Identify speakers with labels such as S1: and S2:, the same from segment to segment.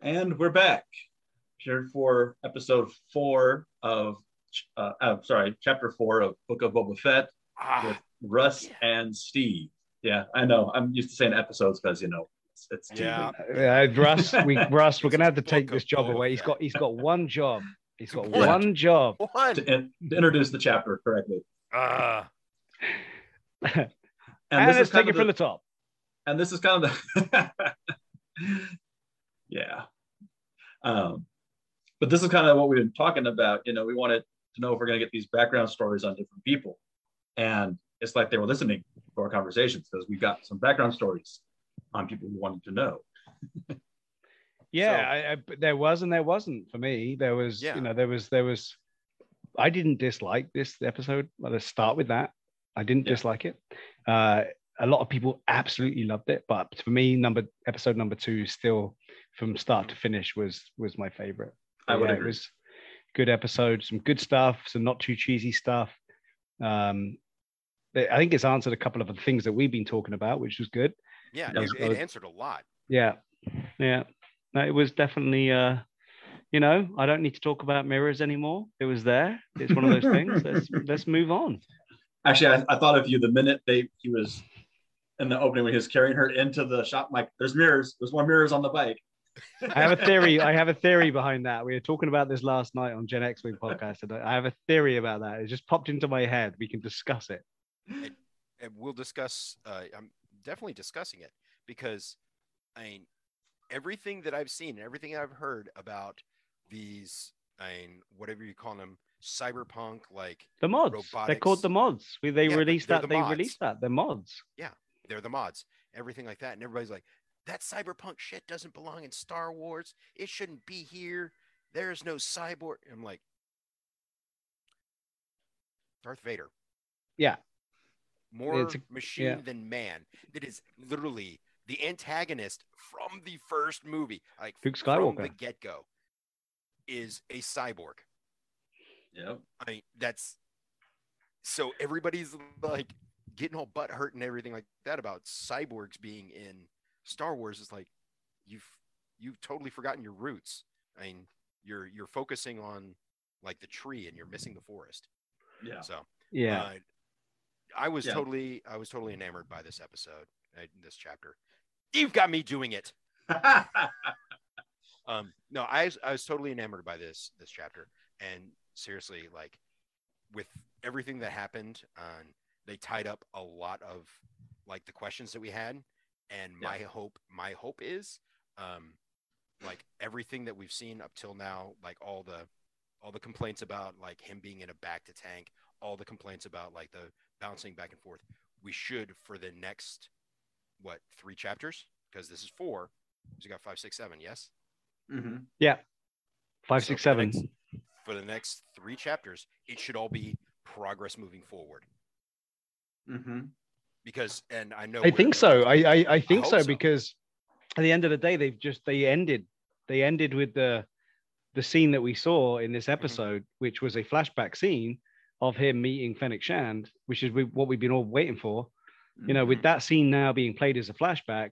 S1: And we're back here for episode four of, uh, I'm sorry, chapter four of Book of Boba Fett
S2: Ah,
S1: with Russ and Steve. Yeah, I know. I'm used to saying episodes because, you know, it's, it's TV.
S2: yeah.
S3: Uh, Russ, we, Russ, we're
S2: It's
S3: gonna have to
S2: Book
S3: take
S2: of
S3: this job
S2: Boba
S3: away. He's got he's got one job. He's got
S2: What?
S3: one job.
S2: One.
S1: To, in, to introduce the chapter correctly.
S2: Ah,
S3: And, let's take
S1: kind
S3: it
S1: of
S3: from
S1: the-
S3: the top.
S1: and this is kind of the yeah um but this is kind of what we've been talking about you know we wanted to know if we're going to get these background stories on different people and it's like they were listening to our conversations because we got some background stories on people we wanted to know
S3: Yeah,
S2: So-
S3: I, I, but there was and there wasn't for me. There was,
S2: Yeah.
S3: you know, there was there was. I didn't dislike this episode. Well, Let's start with that. I didn't
S1: Yeah.
S3: dislike it. Uh, a lot of people absolutely loved it, but for me, number episode number two still from start to finish was was my favorite.
S1: i would
S3: Yeah, It
S1: agree
S3: was good episode, some good stuff, some not too cheesy stuff. Um, I think it's answered a couple of the things that we've been talking about, which was good.
S2: yeah.
S1: That
S2: It,
S1: was
S2: it
S1: good.
S2: answered a lot.
S3: Yeah. Yeah. No, it was definitely uh you know, I don't need to talk about mirrors anymore. It was there. It's one of those things. Let's let's move on.
S1: actually I, I thought of you the minute they he was in the opening when he was carrying her into the shop I'm like there's mirrors there's more mirrors on the bike
S3: I have a theory. I have a theory behind that. We were talking about this last night on Gen X Wing podcast. And I have a theory about that. It just popped into my head. We can discuss it.
S2: And we'll discuss, uh, I'm definitely discussing it because I mean, everything that I've seen, and everything I've heard about these, I mean, whatever you call them, cyberpunk, like
S3: The mods. They're
S2: Robotics.
S3: called the mods. We they
S2: Yeah, but
S3: released
S2: they're
S3: that.
S2: the
S3: they
S2: mods.
S3: released that. They're mods.
S2: they're the mods, everything like that. And everybody's like, that cyberpunk shit doesn't belong in Star Wars. It shouldn't be here. There is no cyborg. I'm like, Darth Vader.
S3: Yeah.
S2: More
S3: It's a-
S2: machine
S3: yeah.
S2: than man. That is literally the antagonist from the first movie. Like
S3: Luke
S2: from the
S3: Skywalker.
S2: get go is a cyborg.
S1: yep
S2: I mean, that's so everybody's like getting all butt hurt and everything like that about cyborgs being in Star Wars. It's like you've you've totally forgotten your roots. I mean, you're you're focusing on like the tree and you're missing the forest.
S1: yeah
S2: So
S3: Yeah.
S2: uh, I was
S1: Yeah.
S2: totally I was totally enamored by this episode, uh, this chapter. You've got me doing it. um no i was- i was totally enamored by this this chapter and seriously like with everything that happened um they tied up a lot of like the questions that we had and my hope my hope is um like everything that we've seen up till now like all the all the complaints about like him being in a back to tank all the complaints about like the bouncing back and forth we should for the next what three chapters because this is four we got five six seven yes
S3: Mm-hmm,
S1: Mhm.
S3: Five,
S2: so
S3: six,
S2: for the
S3: seven.
S2: next- for the next three chapters, it should all be progress moving forward.
S1: Mm-hmm.
S2: Because, and I know
S3: I
S2: we're
S3: think
S2: gonna-
S3: so. I I, I think
S2: hope
S3: so,
S2: so.
S3: because at the end of the day, they've just they ended they ended with the the scene that we saw in this
S2: Mm-hmm.
S3: episode, which was a flashback scene of him meeting Fennec Shand, which is we, what we've been all waiting for. You know, with that scene now being played as a flashback,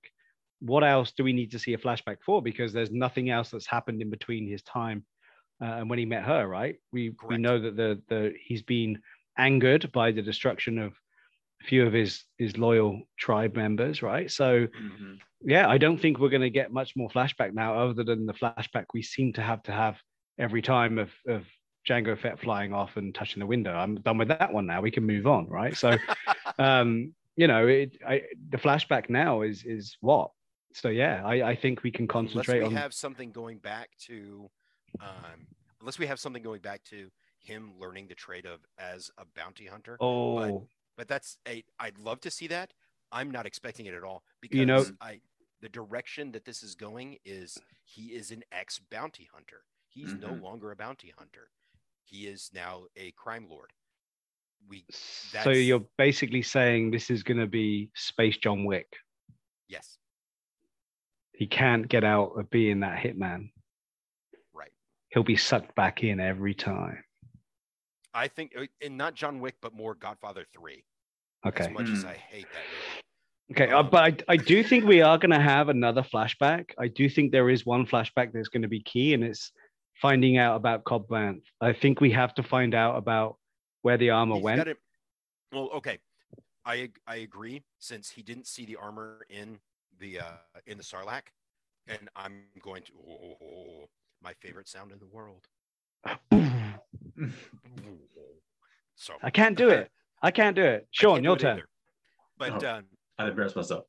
S3: what else do we need to see a flashback for? Because there's nothing else that's happened in between his time uh, and when he met her, right? We we
S2: Correct.
S3: know that the the he's been angered by the destruction of a few of his his loyal tribe members, right? So
S1: Mhm.
S3: yeah, I don't think we're going to get much more flashback now, other than the flashback we seem to have to have every time of of Django Fett flying off and touching the window. I'm done with that one now. We can move on, right? So, um, you know, it, I, the flashback now is is what. So yeah, I, I think we can
S2: unless
S3: concentrate
S2: we
S3: on.
S2: have something going back to, um, unless we have something going back to him learning the trade of as a bounty hunter.
S3: oh,
S2: But that's a, I'd love to see that. I'm not expecting it at all because
S3: You know-
S2: I, the direction that this is going is he is an ex bounty hunter. He's
S1: Mhm.
S3: Mm-hmm.
S2: no longer a bounty hunter. He is now a crime lord. We
S3: so
S2: that's-
S3: you're basically saying this is going to be Space John Wick.
S2: yes,
S3: He can't get out of being that hitman.
S2: Right.
S3: He'll be sucked back in every time.
S2: I think, uh, and not John Wick, but more Godfather Three. As
S3: Okay.
S2: much as
S1: Hmm.
S2: I hate that movie,
S3: Okay, uh,
S2: Um,
S3: but I, I do think we are going to have another flashback. I do think there is one flashback that's going to be key, and it's finding out about Cobb Vanth. I think we have to find out about where the armor
S2: He's
S3: went.
S2: gotta- well, okay, I ag- I agree. Since he didn't see the armor in the uh, in the Sarlacc, and I'm going to oh, my favorite sound in the world.
S3: mm-hmm.
S2: So
S3: I can't do it. I can't do it.
S2: I
S3: Sean,
S2: can't
S3: your
S2: do it
S3: turn.
S2: either. But
S1: Oh.
S2: um,
S1: I embarrassed myself.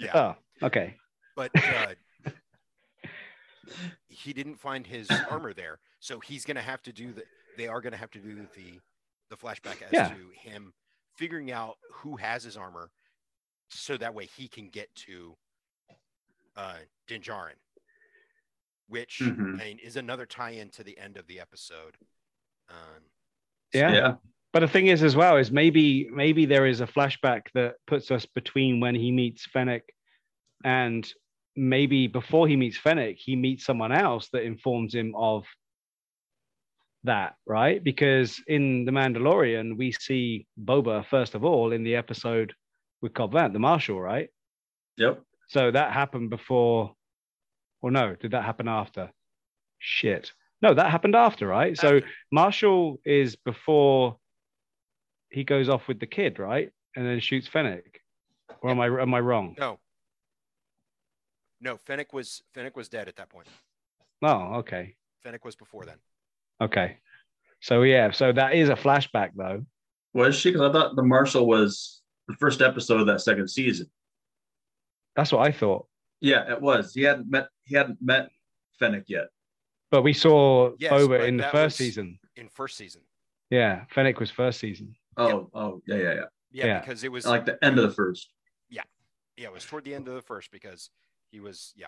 S2: yeah,
S3: Oh, okay.
S2: but uh, he didn't find his armor there, so he's gonna have to do the. They are gonna have to do the the flashback as
S3: Yeah.
S2: to him figuring out who has his armor, so that way he can get to uh, Dinjarin, which
S1: Mhm.
S3: Mm-hmm.
S2: I mean, is another tie-in to the end of the episode. Um,
S3: Yeah.
S1: yeah.
S3: But the thing is, as well, is maybe maybe there is a flashback that puts us between when he meets Fennec, and maybe before he meets Fennec, he meets someone else that informs him of that, right? Because in The Mandalorian, we see Boba first of all in the episode with Cobb Vanth, the Marshal, right?
S1: Yep.
S3: So that happened before, or no? Did that happen after? Shit. No, that happened after, right? So.
S2: after-
S3: Marshall is before he goes off with the kid, right? And then shoots Fennec. Or am I am I wrong?
S2: no, no, Fennec was Fennec was dead at that point.
S3: Oh, okay.
S2: Fennec was before then.
S3: Okay. So yeah, so that is a flashback though.
S1: Was she? Because I thought the Marshall was the first episode of that second season.
S3: That's what I thought.
S1: Yeah, it was. He hadn't met. He hadn't met Fennec yet.
S3: But we saw
S2: Yes,
S3: Boba
S2: but
S3: in the
S2: that
S3: first
S2: was-
S3: season.
S2: in first season.
S3: Yeah, Fennec was first season.
S1: Oh, oh, yeah, yeah, yeah.
S2: Yeah,
S3: Yeah.
S2: because it was
S1: Like the end of the first.
S2: yeah, it was toward the end of the first because he was yeah.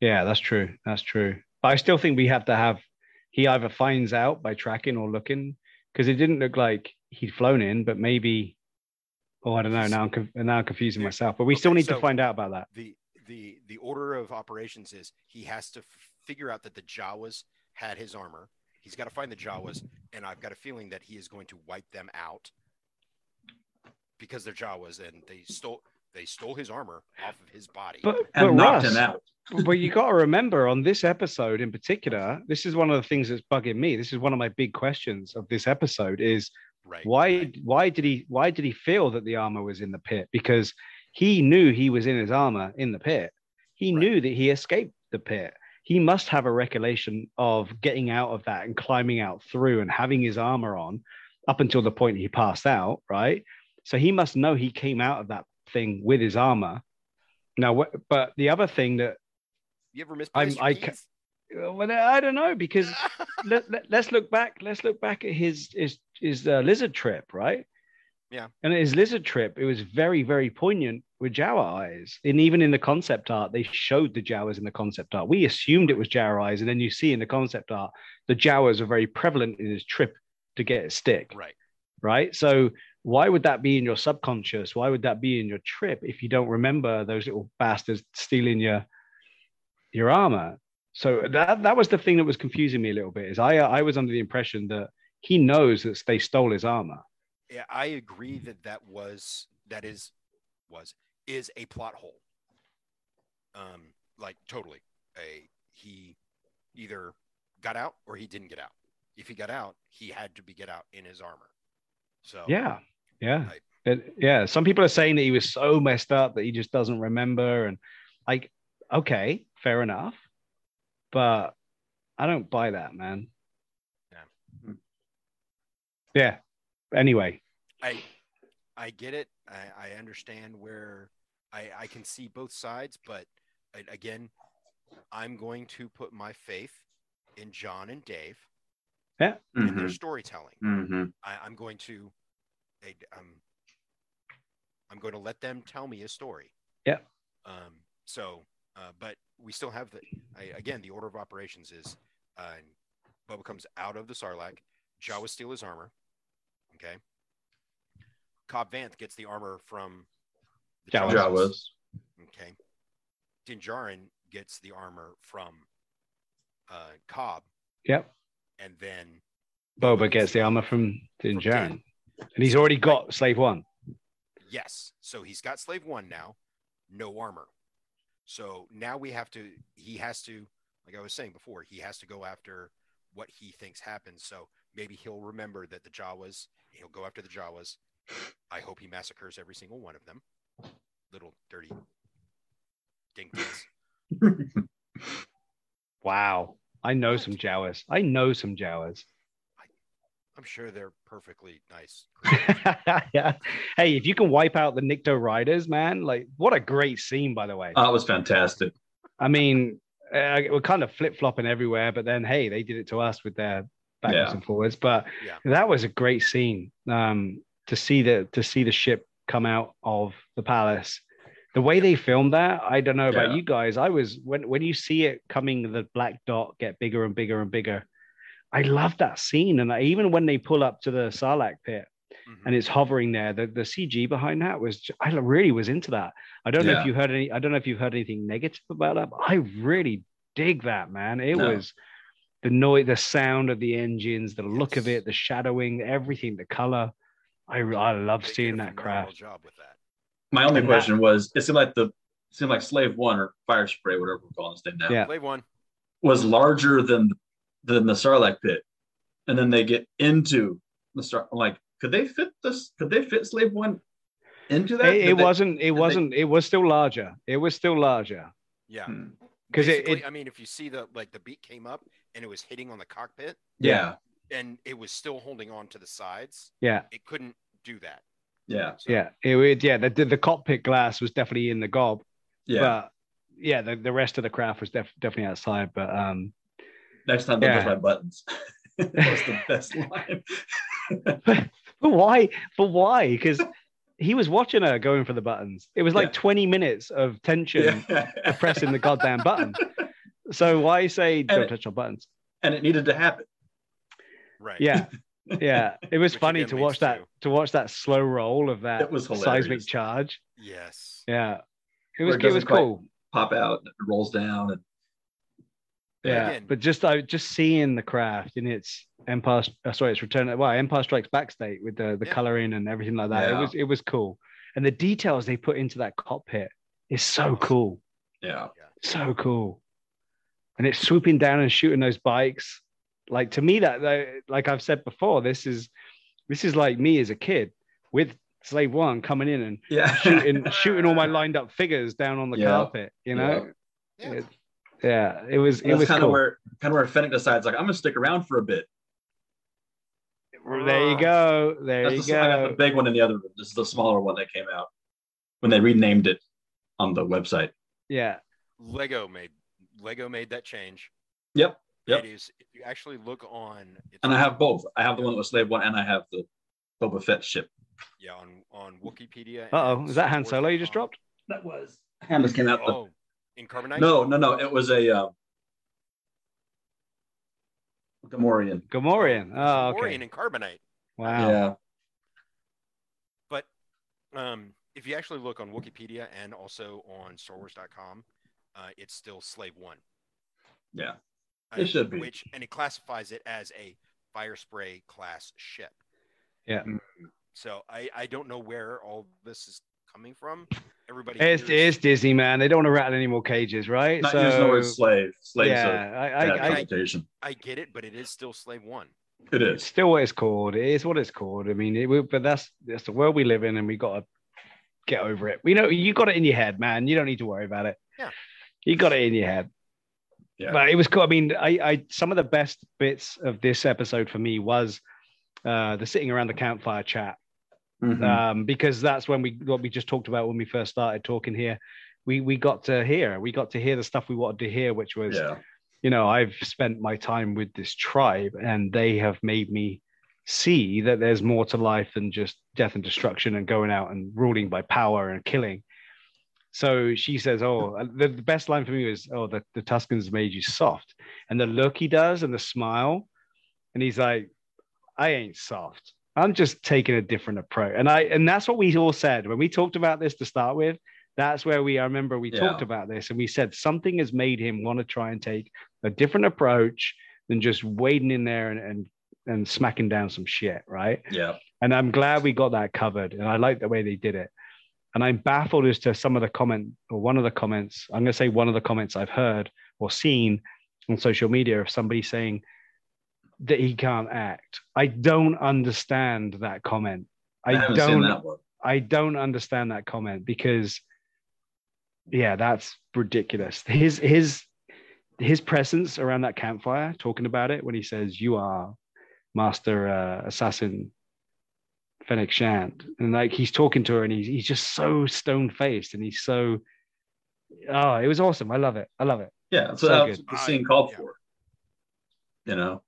S3: Yeah, that's true. That's true. But I still think we have to have he either finds out by tracking or looking because it didn't look like he'd flown in, but maybe. Oh, I don't know. Now I'm conf- now I'm confusing
S2: Yeah.
S3: myself. But we
S2: Okay,
S3: still need
S2: so-
S3: to find out about that.
S2: The the the order of operations is he has to f- figure out that the Jawas had his armor. He's got to find the Jawas, and I've got a feeling that he is going to wipe them out because they're Jawas and they stole they stole his armor off of his body.
S3: But,
S1: And
S3: but
S1: knocked
S3: Russ,
S1: him out.
S3: but you got to remember on this episode in particular, this is one of the things that's bugging me. This is one of my big questions of this episode is
S2: right?
S3: why why did he why did he feel that the armor was in the pit? Because he knew he was in his armor in the pit. He
S2: Right.
S3: knew that he escaped the pit. He must have a recollection of getting out of that and climbing out through and having his armor on up until the point he passed out, right? So he must know he came out of that thing with his armor. Now, wh- but the other thing that
S2: You ever misplaced
S3: I
S2: your
S3: ca-
S2: keys?
S3: well, I don't know because let, let, us look back. Let's look back at his his his uh, lizard trip, right?
S2: Yeah.
S3: And his lizard trip, it was very very poignant with Jawa eyes, and even in the concept art, they showed the Jawas in the concept art. We assumed it was Jawa eyes, and then you see in the concept art, the Jawas are very prevalent in his trip to get a stick,
S2: right.
S3: right? So why would that be in your subconscious? Why would that be in your trip if you don't remember those little bastards stealing your your armor? So that that was the thing that was confusing me a little bit. Is I I was under the impression that he knows that they stole his armor.
S2: Yeah, I agree that that was that is was is a plot hole. Um, like totally. A he either got out or he didn't get out. If he got out, he had to be get out in his armor. So
S3: Yeah, yeah,
S2: Right.
S3: That- yeah. Some people are saying that he was so messed up that he just doesn't remember, and like, okay, fair enough, but I don't buy that, man.
S1: Hmm.
S3: Yeah. Anyway,
S2: I I get it. I, I understand where I, I can see both sides, but I, again, I'm going to put my faith in John and Dave and
S1: Mm-hmm.
S2: their storytelling.
S1: Mm-hmm.
S2: I, I'm going to, I, um, I'm going to let them tell me a story.
S3: Yeah.
S2: Um. So, uh, but we still have the I, again the order of operations is, uh, Bubba comes out of the Sarlacc. Jawa steal his armor. Okay. Cobb Vanth gets the armor from the
S3: Jawas.
S1: Jawas.
S2: Okay. Dinjarin gets the armor from uh, Cobb,
S3: yep.
S2: and then
S3: Boba gets the armor from
S2: From
S3: Din
S2: Din.
S3: Djarin, and he's already got Slave One.
S2: Yes. So he's got slave one now, no armor. So now we have to, he has to, like I was saying before, he has to go after what he thinks happened. So maybe he'll remember that the Jawas, he'll go after the Jawas. I hope he massacres every single one of them. Little dirty dinkies.
S3: Wow. I know some Jawas. I know some Jawas.
S2: I'm sure they're perfectly nice.
S3: yeah. Hey, if you can wipe out the Nikto Riders, man, like what a great scene, by the way.
S1: That was fantastic.
S3: I mean, uh, we're kind of flip flopping everywhere, but then hey, they did it to us with their backwards
S1: Yeah.
S3: and forwards. But
S2: Yeah.
S3: that was a great scene um, to see the to see the ship come out of the palace. The way they filmed that, I don't know about
S1: Yeah.
S3: you guys. I was when when you see it coming, the black dot get bigger and bigger and bigger. I love that scene, and I, even when they pull up to the Sarlacc pit
S2: Mhm.
S3: and it's hovering there. The, the CG behind that was ju- I really was into that. I don't know if
S1: Yeah.
S3: you heard any. I don't know if you've heard anything negative about that. But I really dig that man. It
S1: No.
S3: was the noise, the sound of the engines, the look of
S2: Yes.
S3: it, the shadowing, everything, the color. I re- I love
S2: They did
S3: seeing
S2: a
S3: that
S2: phenomenal
S3: craft.
S2: Job with that.
S1: My only
S3: And that-
S1: question was: It seemed like the it seemed like Slave One or Fire Spray, whatever we're calling his name now,
S3: Yeah.
S2: Slave one.
S1: was larger than than the Sarlacc pit, and then they get into the Sar. I'm like, could they fit this? Could they fit Slave One into that?
S3: It,
S1: Did
S3: it
S1: they-
S3: wasn't. It
S1: they-
S3: wasn't. It was still larger. It was still larger.
S2: Yeah.
S1: Hmm.
S3: Mm, 'Cause it-
S2: Basically,
S3: it-
S2: I mean, if you see the like the beat came up and it was hitting on the cockpit
S1: Yeah,
S2: and it was still holding on to the sides,
S3: Yeah.
S2: it couldn't do that.
S1: yeah,
S2: So,
S3: Yeah. It was. Yeah. The the cockpit glass was definitely in the gob.
S1: yeah.
S3: But yeah, the, the rest of the craft was def- definitely outside. But um,
S1: Next time, they'll
S3: Yeah.
S1: push my buttons. that was the best line.
S3: But why? But why? Because he was watching her going for the buttons. It was like
S1: Yeah.
S3: 20 minutes of tension
S1: Yeah.
S3: of pressing the goddamn button. So why say don't
S1: it-
S3: touch on buttons?
S1: and it needed to happen.
S2: Right.
S3: Yeah. Yeah. It was
S2: Which
S3: funny
S2: again
S3: to
S2: leads
S3: watch that
S2: to-
S3: to watch that slow roll of that
S1: It was
S3: seismic
S1: hilarious.
S3: charge.
S2: Yes.
S3: Yeah. It
S1: Where
S3: was
S1: it
S3: it was
S1: doesn't quite-
S3: cool.
S1: Pop out, and it rolls down, and
S3: Yeah.
S2: Again-
S3: But just I just seeing the craft in its Empire uh, sorry, its return well, Empire Strikes Back state with the, the
S2: Yeah.
S3: coloring and everything like that. It
S1: Yeah.
S3: was it was cool. And the details they put into that cockpit is so
S2: Awesome.
S3: cool.
S1: yeah,
S3: so cool and it's swooping down and shooting those bikes like to me that that- like i've said before this is this is like me as a kid with slave one coming in and
S1: yeah,
S3: shooting shooting all my lined up figures down on the
S1: Yeah.
S3: carpet you know
S2: Yeah.
S3: It- yeah it was
S1: And
S3: it was
S1: that's kind of
S3: cool.
S1: where kind of where Fennec decides, like, I'm gonna stick around for a bit.
S3: there you go there
S1: That's
S3: you
S1: the, I got
S3: go
S1: the big one in the other room. This is the smaller one that came out when they renamed it on the website.
S3: yeah
S2: Lego made Lego made that change.
S1: Yep, yep.
S2: It is if you actually look on it's
S1: And I
S2: on-
S1: have both. I have the one that was Slave One, and I have the Boba Fett ship.
S2: yeah on on Wikipedia.
S3: uh-oh
S2: and
S3: is that han
S2: Star Wars
S3: solo you just
S2: dot com.
S3: dropped
S1: That was. And this came out. the-
S2: Oh, in Carbonite?
S1: no, no, no. It was a uh, Gamorrean.
S3: gomorian oh okay
S2: Orion and Carbonite.
S3: wow
S1: Yeah.
S2: But um, if you actually look on Wikipedia and also on StarWars.com, uh, it's still Slave One.
S1: Yeah.
S2: uh,
S1: It should be.
S2: Which and it classifies it as a fire spray class ship. Um,
S3: Yeah.
S2: So I I don't know where all this is coming from. Everybody
S3: It's,
S2: hears-
S3: it's Disney, man. They don't want to rattle any more cages, right?
S1: Not using the word slave. Slaves
S3: yeah, I,
S1: a bad
S3: I, I,
S1: connotation.
S2: I get it, but it is still Slave One.
S1: It
S3: it's
S1: is.
S3: still what it's called. It is what it's called. I mean, it, will- but that's that's the world we live in, and we got to get over it. We know you got it in your head, man. You don't need to worry about it.
S2: Yeah.
S3: you got it in your head.
S1: Yeah.
S3: But it was cool. I mean, I, I some of the best bits of this episode for me was uh, the sitting around the campfire chat
S1: Mhm.
S3: um, because that's when we what we just talked about when we first started talking here. We we got to hear we got to hear the stuff we wanted to hear, which was
S1: yeah.
S3: you know I've spent my time with this tribe and they have made me see that there's more to life than just death and destruction and going out and ruling by power and killing. So she says, "Oh, the, the best line for me was, oh, the, the Tuscans made you soft," and the look he does and the smile, and he's like, "I ain't soft. I'm just taking a different approach." And I and that's what we all said when we talked about this to start with. That's where we I remember we
S1: Yeah.
S3: talked about this and we said something has made him want to try and take a different approach than just wading in there and and, and smacking down some shit, right?
S1: Yeah.
S3: And I'm glad we got that covered. And I like the way they did it. And I'm baffled as to some of the comment or one of the comments. I'm going to say one of the comments I've heard or seen on social media of somebody saying that he can't act. I don't understand that comment. I,
S1: haven't seen
S3: don't.
S1: that one.
S3: I don't understand that comment because yeah, that's ridiculous. His his his presence around that campfire talking about it when he says you are master uh, assassin Fennec Shand and like he's talking to her and he's he's just so stone faced and he's so oh it was awesome I love it I love it
S1: Yeah, so
S3: So
S1: that's
S3: good.
S1: what the scene called
S2: Yeah.
S1: for. You know,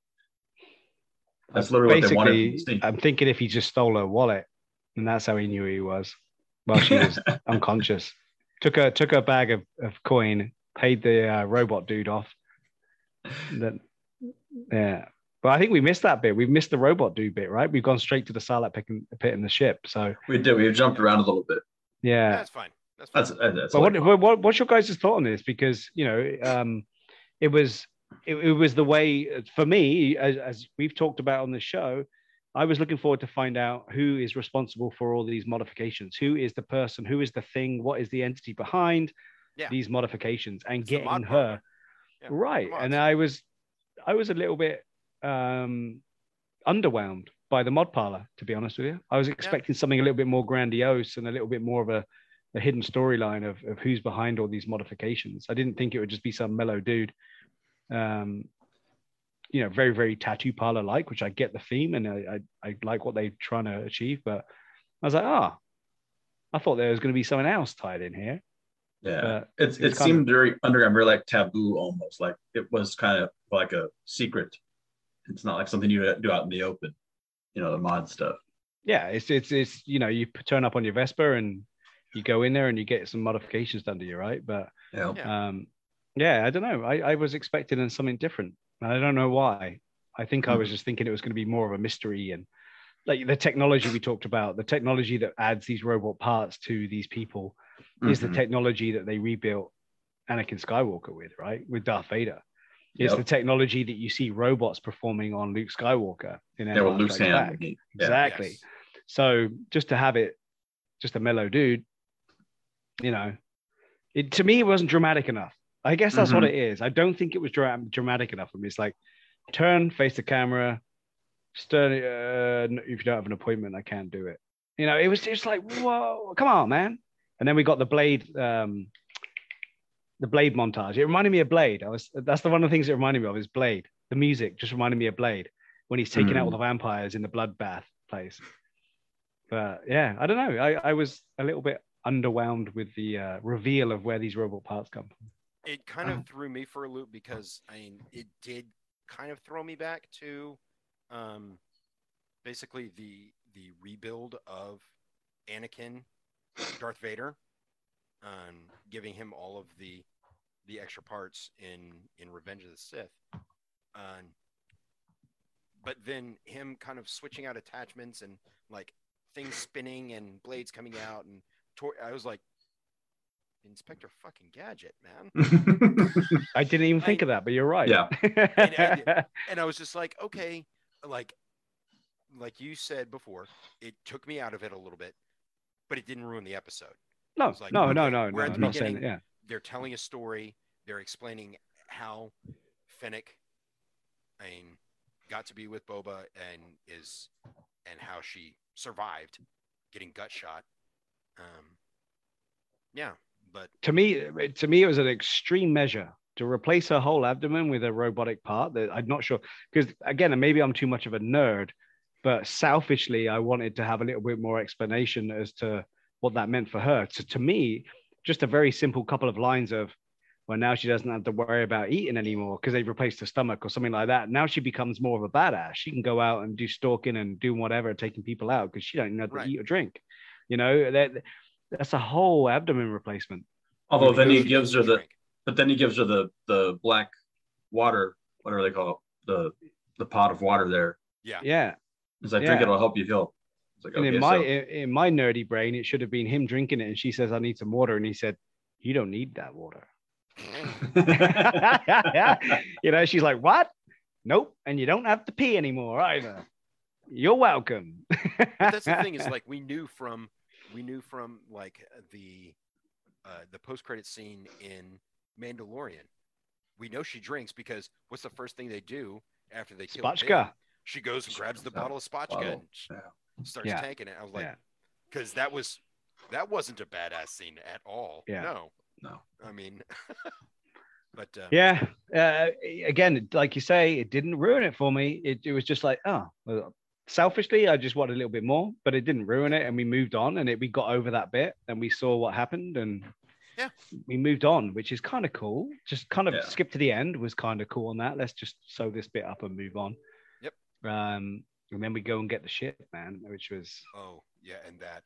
S1: that's literally what they wanted from the
S3: basically
S1: scene.
S3: I'm thinking if he just stole her wallet and that's how he knew he was while she was unconscious. Took her took her bag of, of coin, paid the uh, robot dude off. Then, yeah, but I think we missed that bit. We've missed the robot dude bit, right? We've gone straight to the Sarlacc pit and, pit and the ship. So
S1: we did. We jumped around a little bit.
S3: yeah,
S2: That's fine. That's fine.
S1: That's that's.
S3: but
S1: like-
S3: what, what, what what's your guys' thought on this? Because you know, um, it was it, it was the way for me as, as we've talked about on the show. I was looking forward to find out who is responsible for all these modifications. Who is the person? Who is the thing? What is the entity behind
S2: Yeah.
S3: these modifications? And
S2: It's the mod
S3: getting
S2: partner.
S3: her
S2: Yeah,
S3: right.
S2: the mods.
S3: And I was I was a little bit um, underwhelmed by the mod parlor, to be honest with you. I was expecting something a little bit more grandiose and a little bit more of a a hidden storyline of, of who's behind all these modifications. I didn't think it would just be some mellow dude, um, you know, very very tattoo parlor like, which I get the theme and I, I I like what they're trying to achieve, but I was like, ah, I thought there was going to be something else tied in here.
S1: yeah.
S3: But
S1: it's, it
S3: it's kinda-
S1: seemed very underground, very like taboo almost. Like it was kind of like a secret. It's not like something you do out in the open, you know, the mod stuff.
S3: yeah, it's it's it's you know, you p- turn up on your Vespa and you go in there and you get some modifications done to you, right? But
S1: You know?
S2: Yeah.
S3: um, yeah, I don't know. I, I was expecting something different. and I don't know why. I think I
S1: Hmm.
S3: was just thinking it was going to be more of a mystery and like the technology we talked about, the technology that adds these robot parts to these people is the
S1: Mhm.
S3: technology that they rebuilt Anakin Skywalker with, right? With Darth Vader. It's
S1: Yep.
S3: the technology that you see robots performing on Luke Skywalker in
S1: yeah, well,
S3: Empire
S1: Luke's
S3: Strikes
S1: hand.
S3: Back.
S1: Yeah.
S3: Exactly.
S2: Yes.
S3: So just to have it, just a mellow dude, you know, it to me it wasn't dramatic enough. I guess that's what it is. I don't think it was dra- dramatic enough for me. It's like turn, face the camera, stern. Uh, n- if you don't have an appointment, I can't do it. You know, it was just like whoa, come on, man. And then we got the blade, um, the blade montage. It reminded me of Blade. I was that's the one of the things it reminded me of is Blade. The music just reminded me of Blade when he's taking out all the vampires in the bloodbath place. But yeah, I don't know. I, I was a little bit underwhelmed with the uh, reveal of where these robot parts come from.
S2: it kind
S3: Uh-huh.
S2: of threw me for a loop because I mean it did kind of throw me back to um basically the the rebuild of Anakin Darth Vader um giving him all of the the extra parts in in Revenge of the Sith um but then him kind of switching out attachments and like things spinning and blades coming out and tor- I was like Inspector fucking Gadget man
S3: I didn't even think
S2: I-
S3: of that, but you're right.
S1: Yeah.
S2: And- and I was just like, okay, like, like you said before, it took me out of it a little bit, but it didn't ruin the episode.
S3: no,
S2: It's like,
S3: no,
S2: okay,
S3: no, no, no.
S2: we're at the
S3: I'm not saying that.
S2: beginning.
S3: Yeah.
S2: They're telling a story. They're explaining how Fennec, I mean, got to be with Boba and is, and how she survived getting gut shot. Um, yeah, but
S3: To me, to me, it was an extreme measure to replace her whole abdomen with a robotic part that I'm not sure. Because again, and maybe I'm too much of a nerd, but selfishly, I wanted to have a little bit more explanation as to what that meant for her. So to me, just a very simple couple of lines of, well, now she doesn't have to worry about eating anymore because they've replaced her stomach or something like that. Now she becomes more of a badass. She can go out and do stalking and do whatever, taking people out because she don't even have to
S2: Right.
S3: eat or drink. You know, that, that's a whole abdomen replacement.
S1: Although then he
S2: Who's-
S1: gives her
S2: who's
S1: the,
S2: drink?
S1: but then he gives her the the black water, whatever they call it, the the pot of water there.
S2: yeah,
S3: Yeah.
S1: It's like drink
S3: Yeah.
S1: it, it'll help you heal. It's like
S3: And
S1: okay,
S3: in my
S1: so-
S3: in, in my nerdy brain, it should have been him drinking it, and she says, "I need some water," and he said, "You don't need that water." you know, she's like, "What? Nope." And you don't have to pee anymore either. You're welcome.
S2: But that's the thing is like we knew from we knew from like the uh, the post credit scene in Mandalorian. We know she drinks because what's the first thing they do after they kill Babe?
S3: Spotchka.
S2: She goes and
S1: She
S2: grabs the
S1: grabs that
S2: bottle of spotchka
S1: bottle.
S2: and sh-
S1: Yeah.
S2: starts
S3: Yeah.
S2: tanking it. I was like,
S3: Yeah.
S2: because that was that wasn't a badass scene at all.
S3: Yeah.
S2: No.
S1: No.
S2: I mean, but uh,
S3: Yeah. Uh, again, like you say, it didn't ruin it for me. It, it was just like, oh, well, selfishly, I just wanted a little bit more, but it didn't ruin it. And we moved on and it, we got over that bit and we saw what happened and
S2: Yeah.
S3: we moved on, which is kind of cool. Just kind of
S1: Yeah.
S3: skip to the end was kind of cool on that. Let's just sew this bit up and move on.
S2: Yep.
S3: Um, and then we go and get the shit, man, which was
S2: Oh yeah, and that.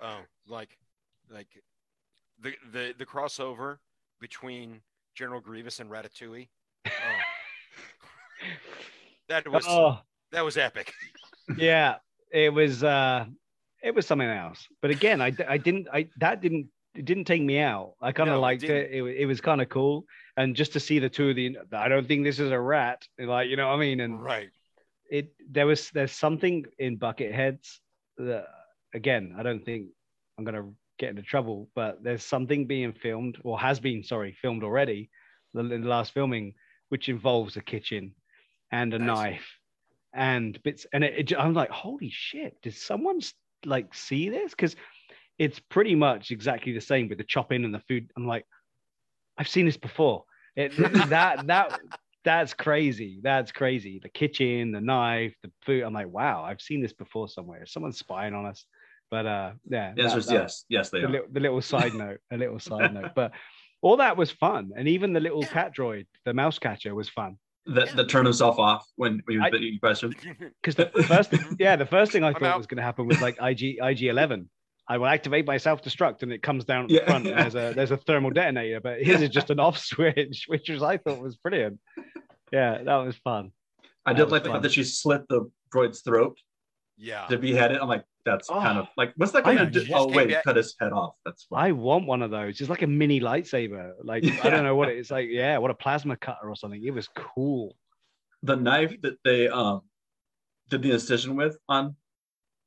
S2: Oh, like, like, the the the crossover between General Grievous and Ratatouille. Oh. that was
S3: oh
S2: that was epic.
S3: yeah, it was uh, it was something else. But again, I, d- I didn't I that didn't it didn't take me out. I kind of
S2: No, it
S3: liked it.
S2: didn't.
S3: It, wa- it was kind of cool, and just to see the two of the I don't think this is a rat, like you know what I mean, and
S2: Right.
S3: it there was there's something in bucket heads that again i don't think i'm going to get into trouble but there's something being filmed or has been sorry filmed already the, in the last filming which involves a kitchen and a
S2: Nice.
S3: knife and bits and it, it ju- i'm like holy shit did someone s- like see this because it's pretty much exactly the same with the chopping and the food i'm like i've seen this before it, that that that's crazy. That's crazy. The kitchen, the knife, the food. I'm like, wow, I've seen this before somewhere. Someone's spying on us. But uh, yeah.
S1: The answer
S3: that-
S1: is
S3: that-
S1: yes. Yes, they
S3: The
S1: are.
S3: little, the little side note, a little side note. But all that was fun, and even the little
S2: Yeah.
S3: cat droid, the mouse catcher, was fun
S1: That, that turn himself off when when you
S3: I-
S1: that you question.
S3: because the first, yeah, the first thing I thought
S2: out.
S3: was going to happen was like IG IG eleven. I will activate my self destruct, and it comes down at the
S1: Yeah.
S3: front. And there's a there's a thermal detonator, but his is just an off switch, which was I thought was brilliant. Yeah, that was fun.
S1: I
S3: That
S1: did
S3: was
S1: like the
S3: fun.
S1: fact that she slit the droid's throat
S2: yeah.
S1: to behead it. I'm like, that's
S3: Oh.
S1: kind of like, what's that going
S3: I
S1: to do?
S2: just
S1: Oh
S2: came
S1: wait,
S2: back-
S1: cut his head off. That's fine.
S3: I want one of those. It's like a mini lightsaber. Like I don't know what it is. Like yeah, what a plasma cutter or something. It was cool.
S1: the knife that they um did the incision with on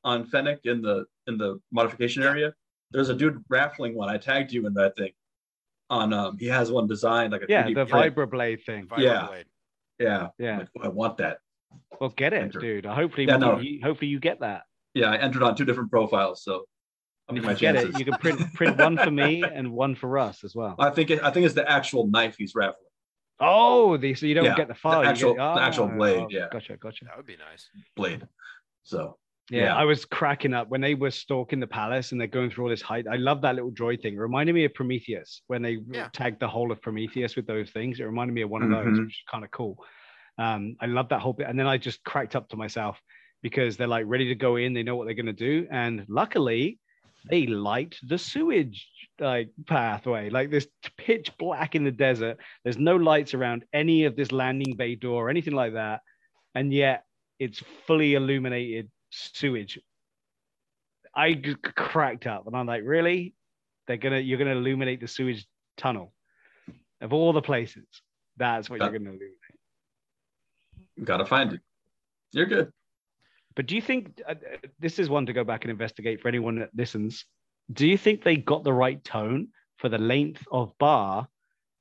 S1: on Fennec in the in the modification area. There's a dude raffling one. I tagged you in that thing. On um, he has one designed like a
S3: Yeah,
S1: 3D
S3: the
S1: print.
S3: vibroblade thing.
S1: Yeah.
S2: Vibroblade.
S1: Yeah, I'm
S3: Yeah.
S1: like, "Oh, I want that.
S3: Well, get it,
S1: Enter.
S3: dude. Hopefully,
S1: Yeah, no.
S3: you, hopefully you get that.
S1: Yeah, I entered on two different profiles, so I need
S3: If
S1: my
S3: you get
S1: chances.
S3: it. You can print print one for me and one for us as well.
S1: I think it, I think it's the actual knife he's raffling.
S3: Oh, the, so you don't
S1: Yeah,
S3: get the file. you get-
S1: actual- the
S3: ah,
S1: actual blade, yeah.
S3: Gotcha. Gotcha.
S2: That would be nice.
S1: blade. So
S3: Yeah,
S1: Yeah.
S3: I was cracking up when they were stalking the palace and they're going through all this height. I love that little droid thing. It reminded me of Prometheus when they
S2: Yeah.
S3: tagged the whole of Prometheus with those things. It reminded me of one of those,
S1: Mhm.
S3: which is kind of cool. Um, I love that whole bit. And then I just cracked up to myself because they're like ready to go in. They know what they're going to do. And luckily, they liked the sewage like pathway, like this pitch black in the desert. There's no lights around any of this landing bay door or anything like that. And yet it's fully illuminated sewage. I g- cracked up and I'm like, really? They're gonna you're gonna illuminate the sewage tunnel of all the places. That's what you're
S1: Yeah.
S3: gonna illuminate.
S1: gotta find it. You're good.
S3: But do you think uh, uh, this is one to go back and investigate for anyone that listens? Do you think they got the right tone for the length of bar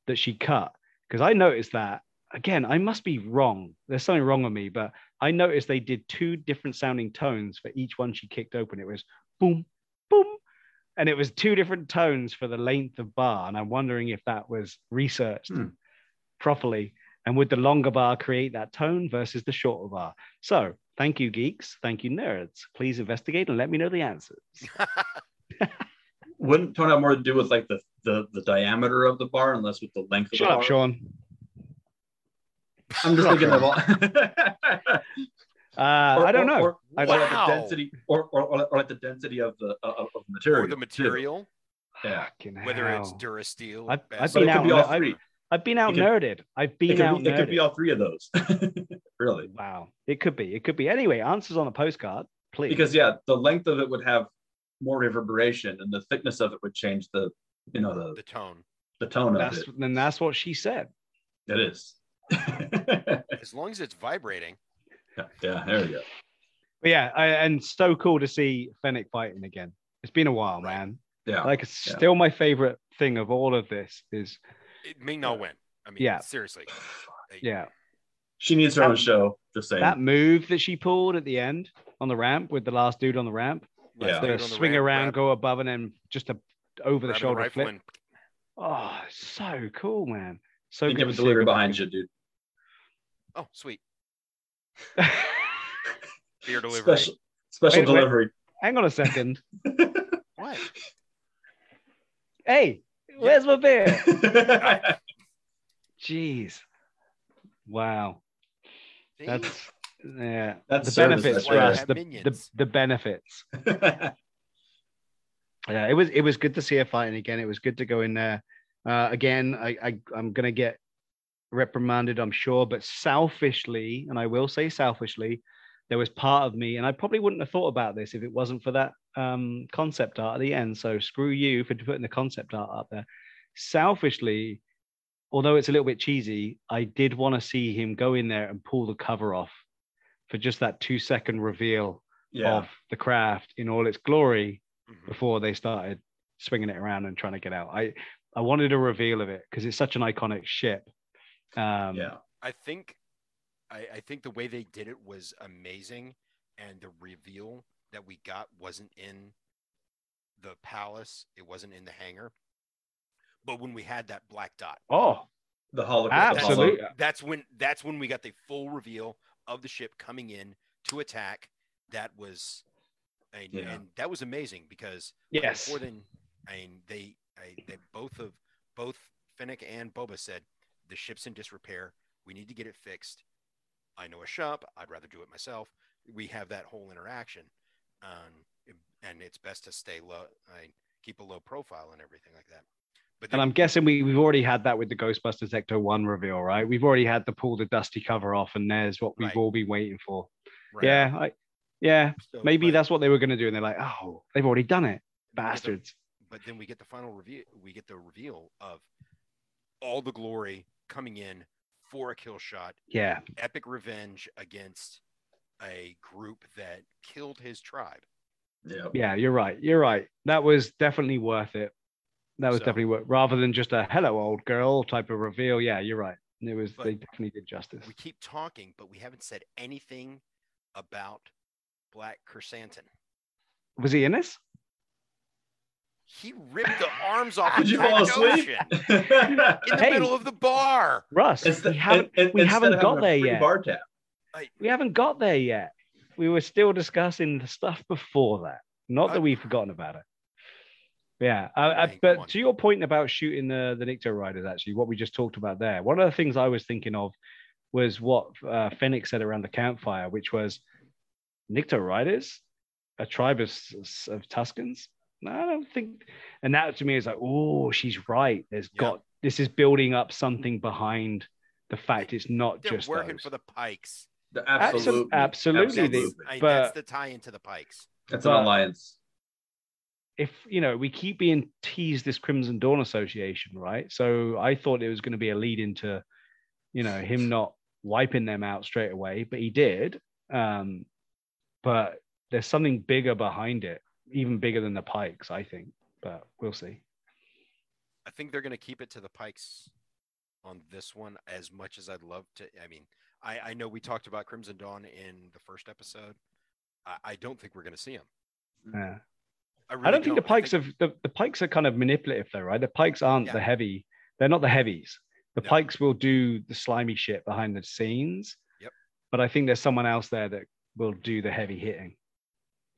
S3: that she cut? Because I noticed that again, I must be wrong. There's something wrong with me, but I noticed they did two different sounding tones for each one she kicked open. It was boom, boom, and it was two different tones for the length of bar. And I'm wondering if that was researched
S1: Hmm.
S3: properly. And would the longer bar create that tone versus the shorter bar? So, thank you, geeks. Thank you, nerds. Please investigate and let me know the answers.
S1: Wouldn't tone have more to do with like the, the the diameter of the bar, unless with the length of
S3: Shut
S1: the
S3: up,
S1: bar.
S3: Sean.
S1: I'm just
S3: Shut up,
S1: thinking of all.
S3: Uh, I don't know.
S1: Or,
S3: I-
S1: or like
S2: Wow.
S1: the density, or, or, or, like the density of the uh, of, of the material.
S2: or the
S1: too.
S2: material,
S1: Yeah.
S3: Fucking
S2: whether it's
S3: hell.
S2: Durasteel,
S3: I've- I've
S1: But it
S2: Vaseline.
S1: could
S3: out-
S1: be all
S3: I-
S1: three.
S3: I've been out
S1: could-
S3: nerded. I've
S1: It
S3: been out
S1: could, be, it could be
S3: nerded.
S1: all three of those. really.
S3: Wow. It could be. It could be. Anyway, answers on a postcard, please.
S1: Because yeah, the length of it would have more reverberation and the thickness of it would change the you know the,
S2: the tone.
S1: the tone of
S3: that's
S1: it.
S3: then that's what she said.
S1: It is.
S2: As long as it's vibrating.
S1: yeah, there we go.
S3: But yeah, I, and so cool to see Fennec fighting again. It's been a while,
S2: Right.
S3: man.
S1: Yeah.
S3: Like, it's still my favorite thing of all of this is,
S2: It may not win. I mean,
S3: Yeah.
S2: seriously. Like,
S3: yeah,
S1: she needs her own
S3: That-
S1: show. Just saying.
S3: that move that she pulled at the end on the ramp with the last dude on the ramp,
S2: let's
S1: Yeah.
S2: do it
S3: the
S2: on the
S3: swing
S2: ramp,
S3: around,
S2: grab-
S3: go above, and then just a over the
S2: grab
S3: shoulder
S2: rifle
S3: flip.
S2: and-
S3: Oh, so cool, man. So
S1: you
S3: good
S1: give
S3: to
S1: it
S3: see
S1: the litter
S3: her back
S1: behind
S3: in-
S1: you, dude.
S2: oh, sweet.
S3: Hang
S2: Beer delivery.
S1: Special, special
S3: Wait, wait.
S1: delivery.
S3: on a second.
S2: What?
S3: Hey, where's my beer?
S1: That's
S3: Jeez. Wow.
S2: See?
S3: That's yeah. the
S1: service,
S3: benefits
S1: that's
S2: why
S3: for
S2: they
S1: right.
S3: us.
S2: have
S3: The, the,
S2: minions.
S3: the benefits. Yeah, it was it was good to see her fighting again. It was good to go in there. Uh, again, I, I I'm gonna get reprimanded, I'm sure, but selfishly, and I will say selfishly, there was part of me, and I probably wouldn't have thought about this if it wasn't for that um, concept art at the end. So screw you for putting the concept art up there. Selfishly, although it's a little bit cheesy, I did want to see him go in there and pull the cover off for just that two second reveal
S1: yeah.
S3: of the craft in all its glory
S2: Mhm.
S3: before they started swinging it around and trying to get out. I I wanted a reveal of it because it's such an iconic ship. Um,
S1: yeah.
S2: I think, I, I think the way they did it was amazing, and the reveal that we got wasn't in the palace. It wasn't in the hangar. But when we had that black dot,
S3: Oh,
S1: The Holocaust.
S2: That's-
S3: absolutely.
S2: that's when that's when we got the full reveal of the ship coming in to attack. That was, and,
S1: Yeah.
S2: and that was amazing because
S3: Yes.
S2: More than I mean, they I, they both of both Finnick and Boba said the ship's in disrepair. We need to get it fixed. I know a shop. I'd rather do it myself. We have that whole interaction, um, and it's best to stay low. I keep a low profile and everything like that. But then-
S3: And I'm guessing we, we've already had that with the Ghostbusters Ecto 1 reveal, right? We've already had the pull the dusty cover off, and there's what we've
S2: Right.
S3: all been waiting for.
S2: right,
S3: Yeah. I, yeah.
S2: so-
S3: Maybe
S2: but-
S3: that's what they were going to do. And they're like, oh, they've already done it.
S2: but the-
S3: Bastards.
S2: but then we get the final review we get the reveal of all the glory coming in for a kill shot
S3: Yeah.
S2: epic revenge against a group that killed his tribe
S1: Yeah.
S3: Yeah. You're right. You're right. That was definitely worth it. That was
S2: So-
S3: definitely worth rather than just a hello, old girl type of reveal. Yeah. You're right. It was,
S2: But-
S3: they definitely did justice.
S2: we keep talking but we haven't said anything about black chrysanthemum
S3: Was he in this?
S2: he ripped the arms off
S1: Did
S2: of
S1: you
S2: Frank
S1: fall asleep?
S2: Ocean in the
S3: Hey.
S2: middle of the bar
S3: Russ,
S1: Instead-
S3: we haven't,
S1: in- in-
S3: we
S1: instead
S3: haven't
S1: of having
S3: got
S1: a
S3: there
S1: free
S3: yet.
S1: Bar tab.
S3: we haven't got there yet. We were still discussing the stuff before that. Not that
S2: Uh,
S3: we've forgotten about it. Yeah, I,
S2: Hey,
S3: I,
S2: come on.
S3: but to your point about shooting the the Nicto riders, actually, what we just talked about there, one of the things I was thinking of was what uh, Phoenix said around the campfire, which was Nicto riders, a tribe of s- s- of Tuscans. No, I don't think, and that to me is like, oh, she's right. There's
S2: Yeah.
S3: got this is building up something behind the fact it's not
S2: they're
S3: just
S2: working
S3: those.
S2: for the pikes
S1: The-
S3: Abso-
S1: Absolutely.
S3: absolutely, they-
S1: Absolutely.
S2: I- that's
S3: but-
S2: the tie into the pikes
S1: That's an
S3: but-
S1: alliance.
S3: if you know we keep being teased this crimson dawn association right so i thought it was going to be a lead into you know him not wiping them out straight away but he did um but there's something bigger behind it even bigger than the pikes i think but we'll see
S2: I think they're going to keep it to the Pikes on this one as much as I'd love to. I mean, I, I know we talked about Crimson Dawn in the first episode. I, I don't think we're going to see him.
S3: yeah.
S2: I, really
S3: i don't think the pikes
S2: I
S3: have the, the pikes are kind of manipulative though right the pikes aren't
S2: Yeah.
S3: the heavy they're not the heavies the
S2: No.
S3: pikes will do the slimy shit behind the scenes
S2: Yep.
S3: but i think there's someone else there that will do the heavy hitting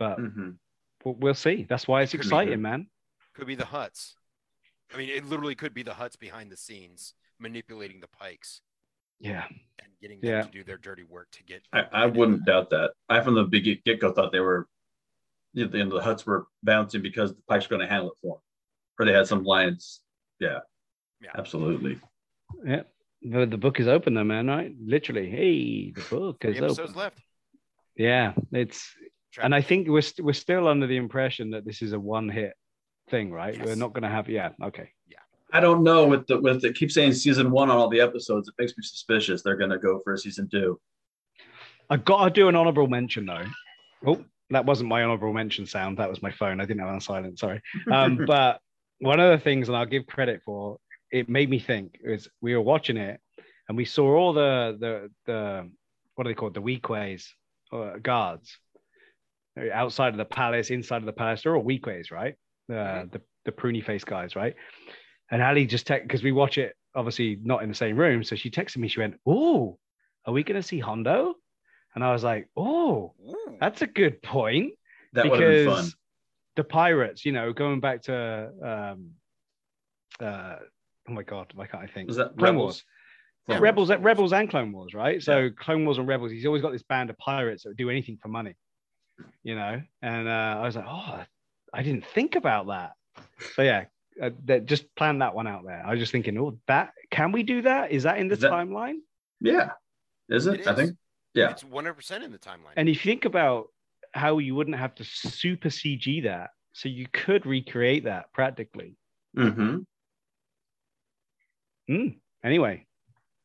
S3: but
S1: Mhm.
S3: we'll, we'll see. That's why it's
S2: Hmm. Could be
S1: good.
S3: exciting, man.
S2: could be the Huts. I mean, it literally could be the Huts behind the scenes manipulating the Pikes
S3: Yeah.
S2: and getting them
S3: Yeah.
S2: to do their dirty work to get.
S1: I, I wouldn't doubt that. I, from the big get go, thought they were, you know, the, the huts were bouncing because the pikes were going to handle it for them, or they had some alliance. Yeah.
S2: Yeah.
S1: Absolutely.
S3: Yeah. The, the book is open though, man, right? Literally. Hey, the book
S2: Three
S3: is
S2: episodes
S3: open.
S2: left.
S3: Yeah. It's and I think we're st- we're still under the impression that this is a one hit thing, right? We're
S2: Yes.
S3: not gonna have yeah, okay.
S1: I don't know with the with the keep saying season one on all the episodes. It makes me suspicious they're going to go for a season two.
S3: I gotta do an honorable mention though. Oh, that wasn't my honorable mention sound. That was my phone. I didn't have it on silent. Sorry. Um, but one of the things, and I'll give credit for, it made me think is we were watching it and we saw all the the the what are they called the weakways uh, guards uh, outside of the palace, inside of the palace. They're all weakways, right? Uh, The the pruny face guys, right? And Ali just text because we watch it obviously not in the same room. So she texted me. She went, "Oh, are we gonna see Hondo?" And I was like, "Oh,
S2: Ooh.
S3: that's a good point."
S1: That would have been fun.
S3: the pirates, you know, going back to um, uh, oh my god, why can't I think?
S1: Was that
S3: Clone
S1: Rebels?
S3: Wars.
S1: Clone
S3: Rebels, uh, Rebels, and Clone Wars, right? So Clone Wars and Rebels. He's always got this band of pirates that would do anything for money, you know. And uh, I was like, oh, I didn't think about that. So yeah, uh, that, just plan that one out there. I was just thinking, oh, that can we do that? Is that in the
S1: Is that-
S3: timeline?
S1: Yeah. Is it?
S2: It
S1: I
S2: is.
S1: think. Yeah.
S2: It's 100% in the timeline.
S3: And if you think about how you wouldn't have to super CG that, so you could recreate that practically.
S1: Mm-hmm.
S3: Mm. Anyway,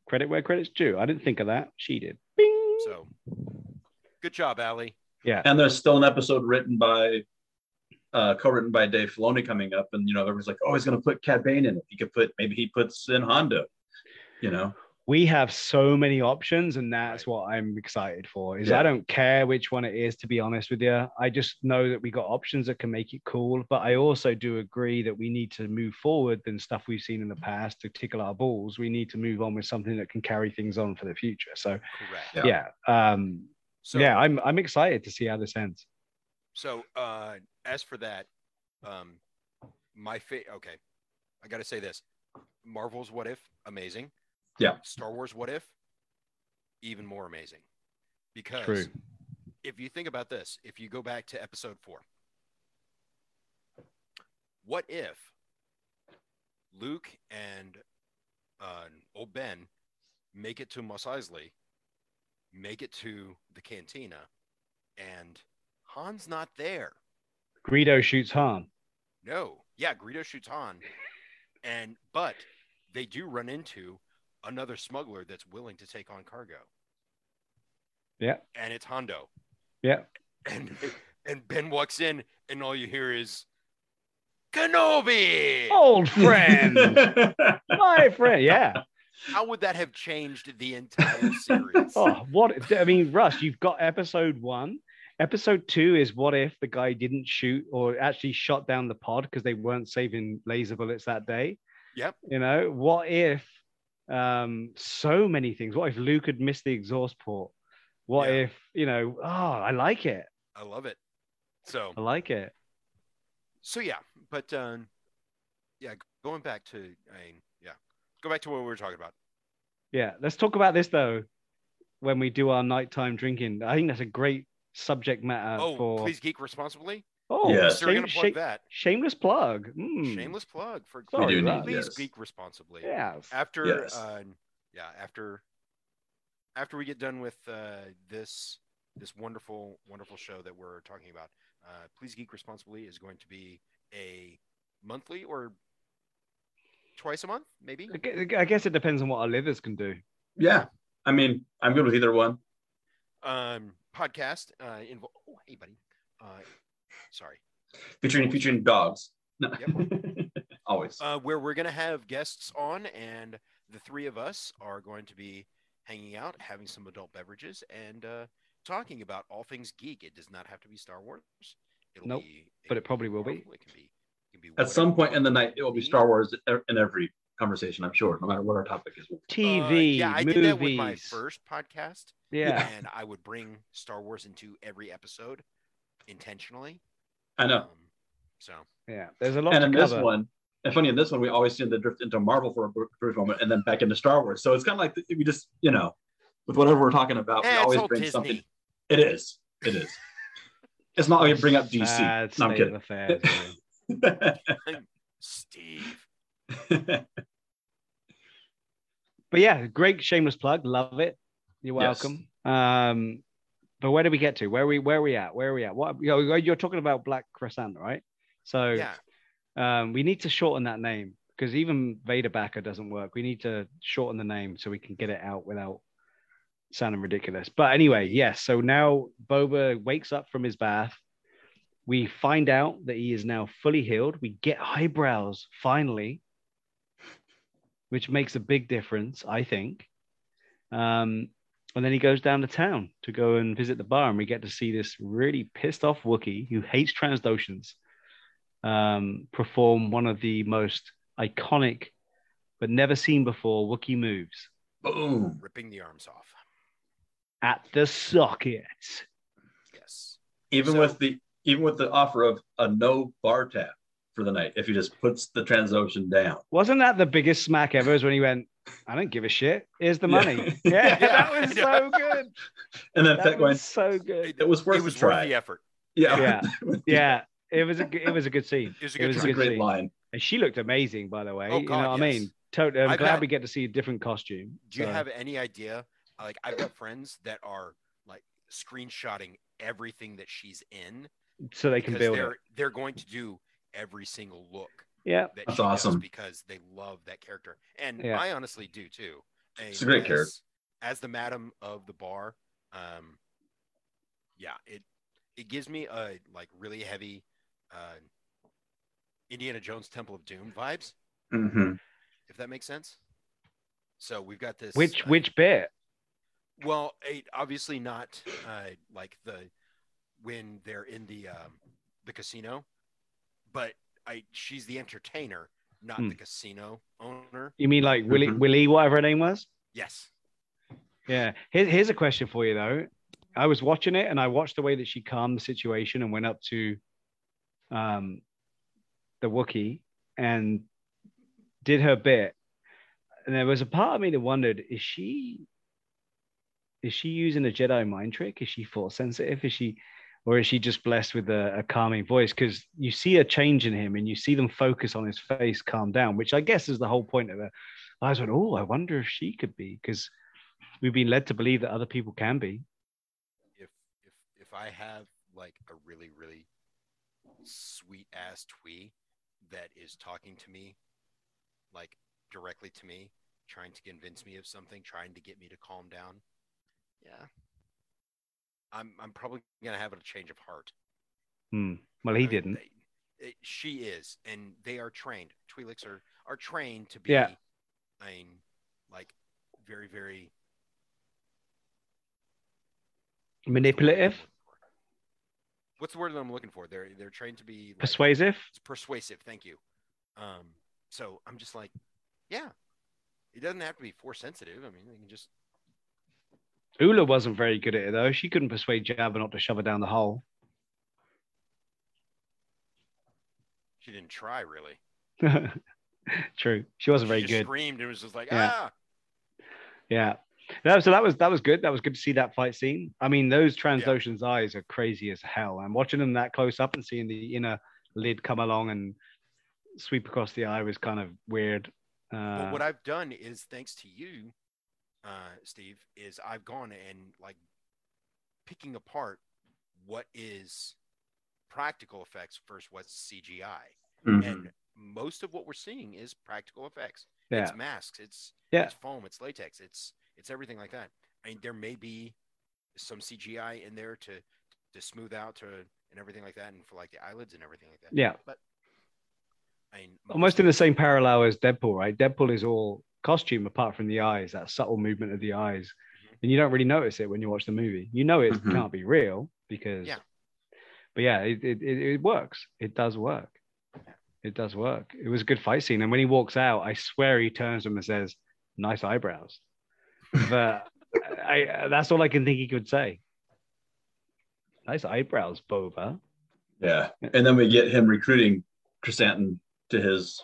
S3: credit where credit's due. I didn't think of that. She did. Bing.
S2: so good job, Allie.
S3: yeah.
S1: And there's still an episode written by, uh, co-written by Dave Filoni coming up, and you know everyone's like, oh, he's gonna put Cad Bane in it. He could put maybe he puts in Hondo. You know.
S3: We have so many options, and that's what I'm excited for. Is
S1: Yeah.
S3: I don't care which one it is, to be honest with you. I just know that we got options that can make it cool. But I also do agree that we need to move forward than stuff we've seen in the past to tickle our balls. We need to move on with something that can carry things on for the future. So
S2: Correct.
S3: yeah, um,
S2: So,
S3: yeah, I'm I'm excited to see how this ends.
S2: So uh, as for that, um, my fa- okay, I got to say this: Marvel's What If, amazing.
S1: Yeah.
S2: Star Wars What If, even more amazing, because
S3: True.
S2: if you think about this, if you go back to Episode Four, what if Luke and uh, old Ben make it to Mos Eisley, make it to the cantina, and Han's not there.
S3: Greedo shoots Han.
S2: No. Yeah, Greedo shoots Han. And but they do run into another smuggler that's willing to take on cargo.
S3: Yeah.
S2: And it's Hondo.
S3: Yeah.
S2: And and Ben walks in and all you hear is Kenobi.
S3: Old friend, my friend. Yeah.
S2: How would that have changed the entire series?
S3: Oh, what I mean, Russ, you've got episode one. Episode two is what if the guy didn't shoot or actually shot down the pod because they weren't saving laser bullets that day.
S2: Yep.
S3: You know, what if um so many things? What if Luke had missed the exhaust port? What
S2: Yeah.
S3: if, you know, oh, I like it.
S2: I love it. So
S3: I like it.
S2: so yeah, but um yeah, going back to I mean, yeah. Go back to what we were talking about.
S3: Yeah. Let's talk about this though when we do our nighttime drinking. I think that's a great subject matter
S2: oh,
S3: Uh, for
S2: please geek responsibly.
S3: oh
S1: Yes.
S2: So we're
S3: shame-
S2: gonna plug
S3: shame-
S2: that.
S3: shameless plug. Mm.
S2: Shameless plug for
S3: Sorry, We do
S1: need-
S2: please
S1: yes.
S2: geek responsibly.
S3: Yes.
S2: After
S1: Yes.
S2: uh, yeah, after after we get done with uh, this this wonderful wonderful show that we're talking about, uh, please geek responsibly is going to be a monthly or twice a month maybe.
S3: I gue- I guess it depends on what our livers can do.
S2: Uh,
S1: yeah. I mean, I'm good with either one.
S2: Um, podcast uh, invo- oh, hey buddy. Uh, sorry.
S1: Featuring featuring dogs. No. Always.
S2: uh, where we're going to have guests on, and the three of us are going to be hanging out, having some adult beverages, and uh, talking about all things geek. It does not have to be Star Wars. It'll
S3: Nope,
S2: be,
S3: but it probably will be.
S2: Marvel, It can be. It can be
S1: At some
S2: whatever
S1: point in the night, it will be
S2: we
S1: Star Wars in every conversation. I'm sure, no matter what our topic is.
S2: need.
S3: TV,
S2: Uh, yeah, I
S3: movies.
S2: did that with my first podcast,
S3: Yeah.
S2: and I would bring Star Wars into every episode intentionally.
S1: I know.
S2: Um, so
S3: yeah. There's a lot
S1: and
S3: to
S1: in
S3: cover.
S1: this one, and funny in this one, we always seem to drift into Marvel for a br- brief moment and then back into Star Wars. So it's kind of like we just, you know, with whatever we're talking about,
S2: Eh,
S1: we
S2: it's
S1: always
S2: all
S1: bring
S2: Disney.
S1: something. It is. It is. It's not like we bring up
S3: Sad
S1: DC. No, I'm
S3: state of
S1: kidding.
S3: affairs, man.
S2: Steve.
S3: but yeah, great shameless plug. Love it. You're
S1: Yes.
S3: welcome. Um, but where do we get to? Where are we? Where are we at? Where are we at? What you know, you're talking about Black Crescent, right? So
S2: Yeah.
S3: um, we need to shorten that name because even Vader backer doesn't work. We need to shorten the name so we can get it out without sounding ridiculous. But anyway, yes. So now Boba wakes up from his bath. We find out that he is now fully healed. We get eyebrows finally, which makes a big difference, I think. Um, and then he goes down to town to go and visit the bar, and we get to see this really pissed off Wookiee who hates transdotions um, perform one of the most iconic but never seen before Wookiee moves
S1: Boom.
S2: ripping the arms off.
S3: at the socket.
S2: Yes.
S1: Even
S2: So-
S1: with the even with the offer of a no bar tab for the night, if he just puts the transocean down.
S3: Wasn't that the biggest smack ever? Is when he went, I don't give a shit. Here's the
S1: Yeah.
S3: money. Yeah, that was so good.
S1: And then
S3: That
S1: Fett going,
S3: was so good.
S1: it was worth
S2: it was
S1: a
S2: worth
S1: try.
S2: the effort.
S3: Yeah, yeah. It was a g- it was a good scene.
S2: It was a
S3: It
S2: good
S3: was
S1: It's
S2: try.
S1: a
S3: good
S1: great
S3: scene.
S1: line.
S3: And she looked amazing, by the way.
S2: Oh,
S3: you
S2: God,
S3: know what I
S2: yes.
S3: mean? Totally. I'm
S2: I've
S3: glad
S2: had-
S3: we get to see a different costume.
S2: Do you
S3: So-
S2: have any idea? Like, I've got friends that are like screenshotting everything that she's in
S3: so they can
S2: because
S3: build
S2: they're
S3: it?
S2: they're going to do every single look
S3: Yeah,
S2: that
S1: That's
S2: she does
S1: awesome.
S2: because they love that character, and
S3: Yeah.
S2: I honestly do too. And
S1: It's a great
S2: as-
S1: character.
S2: As the madam of the bar, um, yeah, it it gives me a like really heavy uh, Indiana Jones Temple of Doom vibes,
S1: Mhm.
S2: if that makes sense. So we've got this
S3: which
S2: uh,
S3: which bit?
S2: Well, it, obviously not uh, like the when they're in the um, the casino, but I she's the entertainer, not
S3: Hmm.
S2: the casino owner.
S3: You mean like Willie
S1: Mhm.
S3: Willie whatever her name was?
S2: Yes.
S3: Yeah. Here, here's a question for you though. I was watching it and I watched the way that she calmed the situation and went up to um the Wookiee and did her bit. And there was a part of me that wondered, is she is she using a Jedi mind trick? Is she force sensitive? Is she or is she just blessed with a, a calming voice? Because you see a change in him and you see them focus on his face calm down, which I guess is the whole point of it. I was like, oh, I wonder if she could be, because we've been led to believe that other people can be.
S2: If if if I have like a really really sweet ass twee that is talking to me, like directly to me, trying to convince me of something, trying to get me to calm down. Yeah. I'm I'm probably gonna have a change of heart.
S3: Hmm. Well,
S2: I
S3: he
S2: mean,
S3: didn't.
S2: they- it- she is, and they are trained. Twi'leks are are trained to be,
S3: Yeah.
S2: I mean, like very, very
S3: Manipulative,
S2: What's the word that I'm looking for? They're they're trained to be like,
S3: persuasive.
S2: It's persuasive. Thank you. Um, so I'm just like, yeah, it doesn't have to be force sensitive. I mean, they can just
S3: Ula wasn't very good at it though. She couldn't persuade Jabba not to shove her down the hole.
S2: she didn't try really.
S3: True. She wasn't very
S2: she just
S3: good.
S2: Screamed and was just like,
S3: Yeah.
S2: ah,
S3: Yeah. No, so that was that was good. That was good to see that fight scene. I mean, those Transdotion's eyes are crazy as hell. And watching them that close up and seeing the inner lid come along and sweep across the eye was kind of weird. Uh,
S2: But what I've done is, thanks to you, uh, Steve, is I've gone and like picking apart what is practical effects versus what's CGI,
S3: Mm-hmm.
S1: Mhm.
S2: and most of what we're seeing is practical effects.
S3: yeah.
S2: It's masks. It's
S3: Yeah.
S2: it's foam. It's latex. It's it's everything like that. I mean, there may be some CGI in there to to smooth out to and everything like that, and for like the eyelids and everything like that.
S3: Yeah.
S2: I mean,
S3: almost in the same parallel as Deadpool, right? Deadpool is all costume apart from the eyes, that subtle movement of the eyes. And you don't really notice it when you watch the movie. You know it
S1: Mhm.
S3: can't be real because,
S2: Yeah.
S3: but yeah, it, it, it, it works. It does work. It does work. It was a good fight scene. And when he walks out, I swear he turns to him and says, nice eyebrows. But I, that's all I can think he could say. Nice eyebrows, Boba.
S1: Yeah. And then we get him recruiting Chrysanthemum to his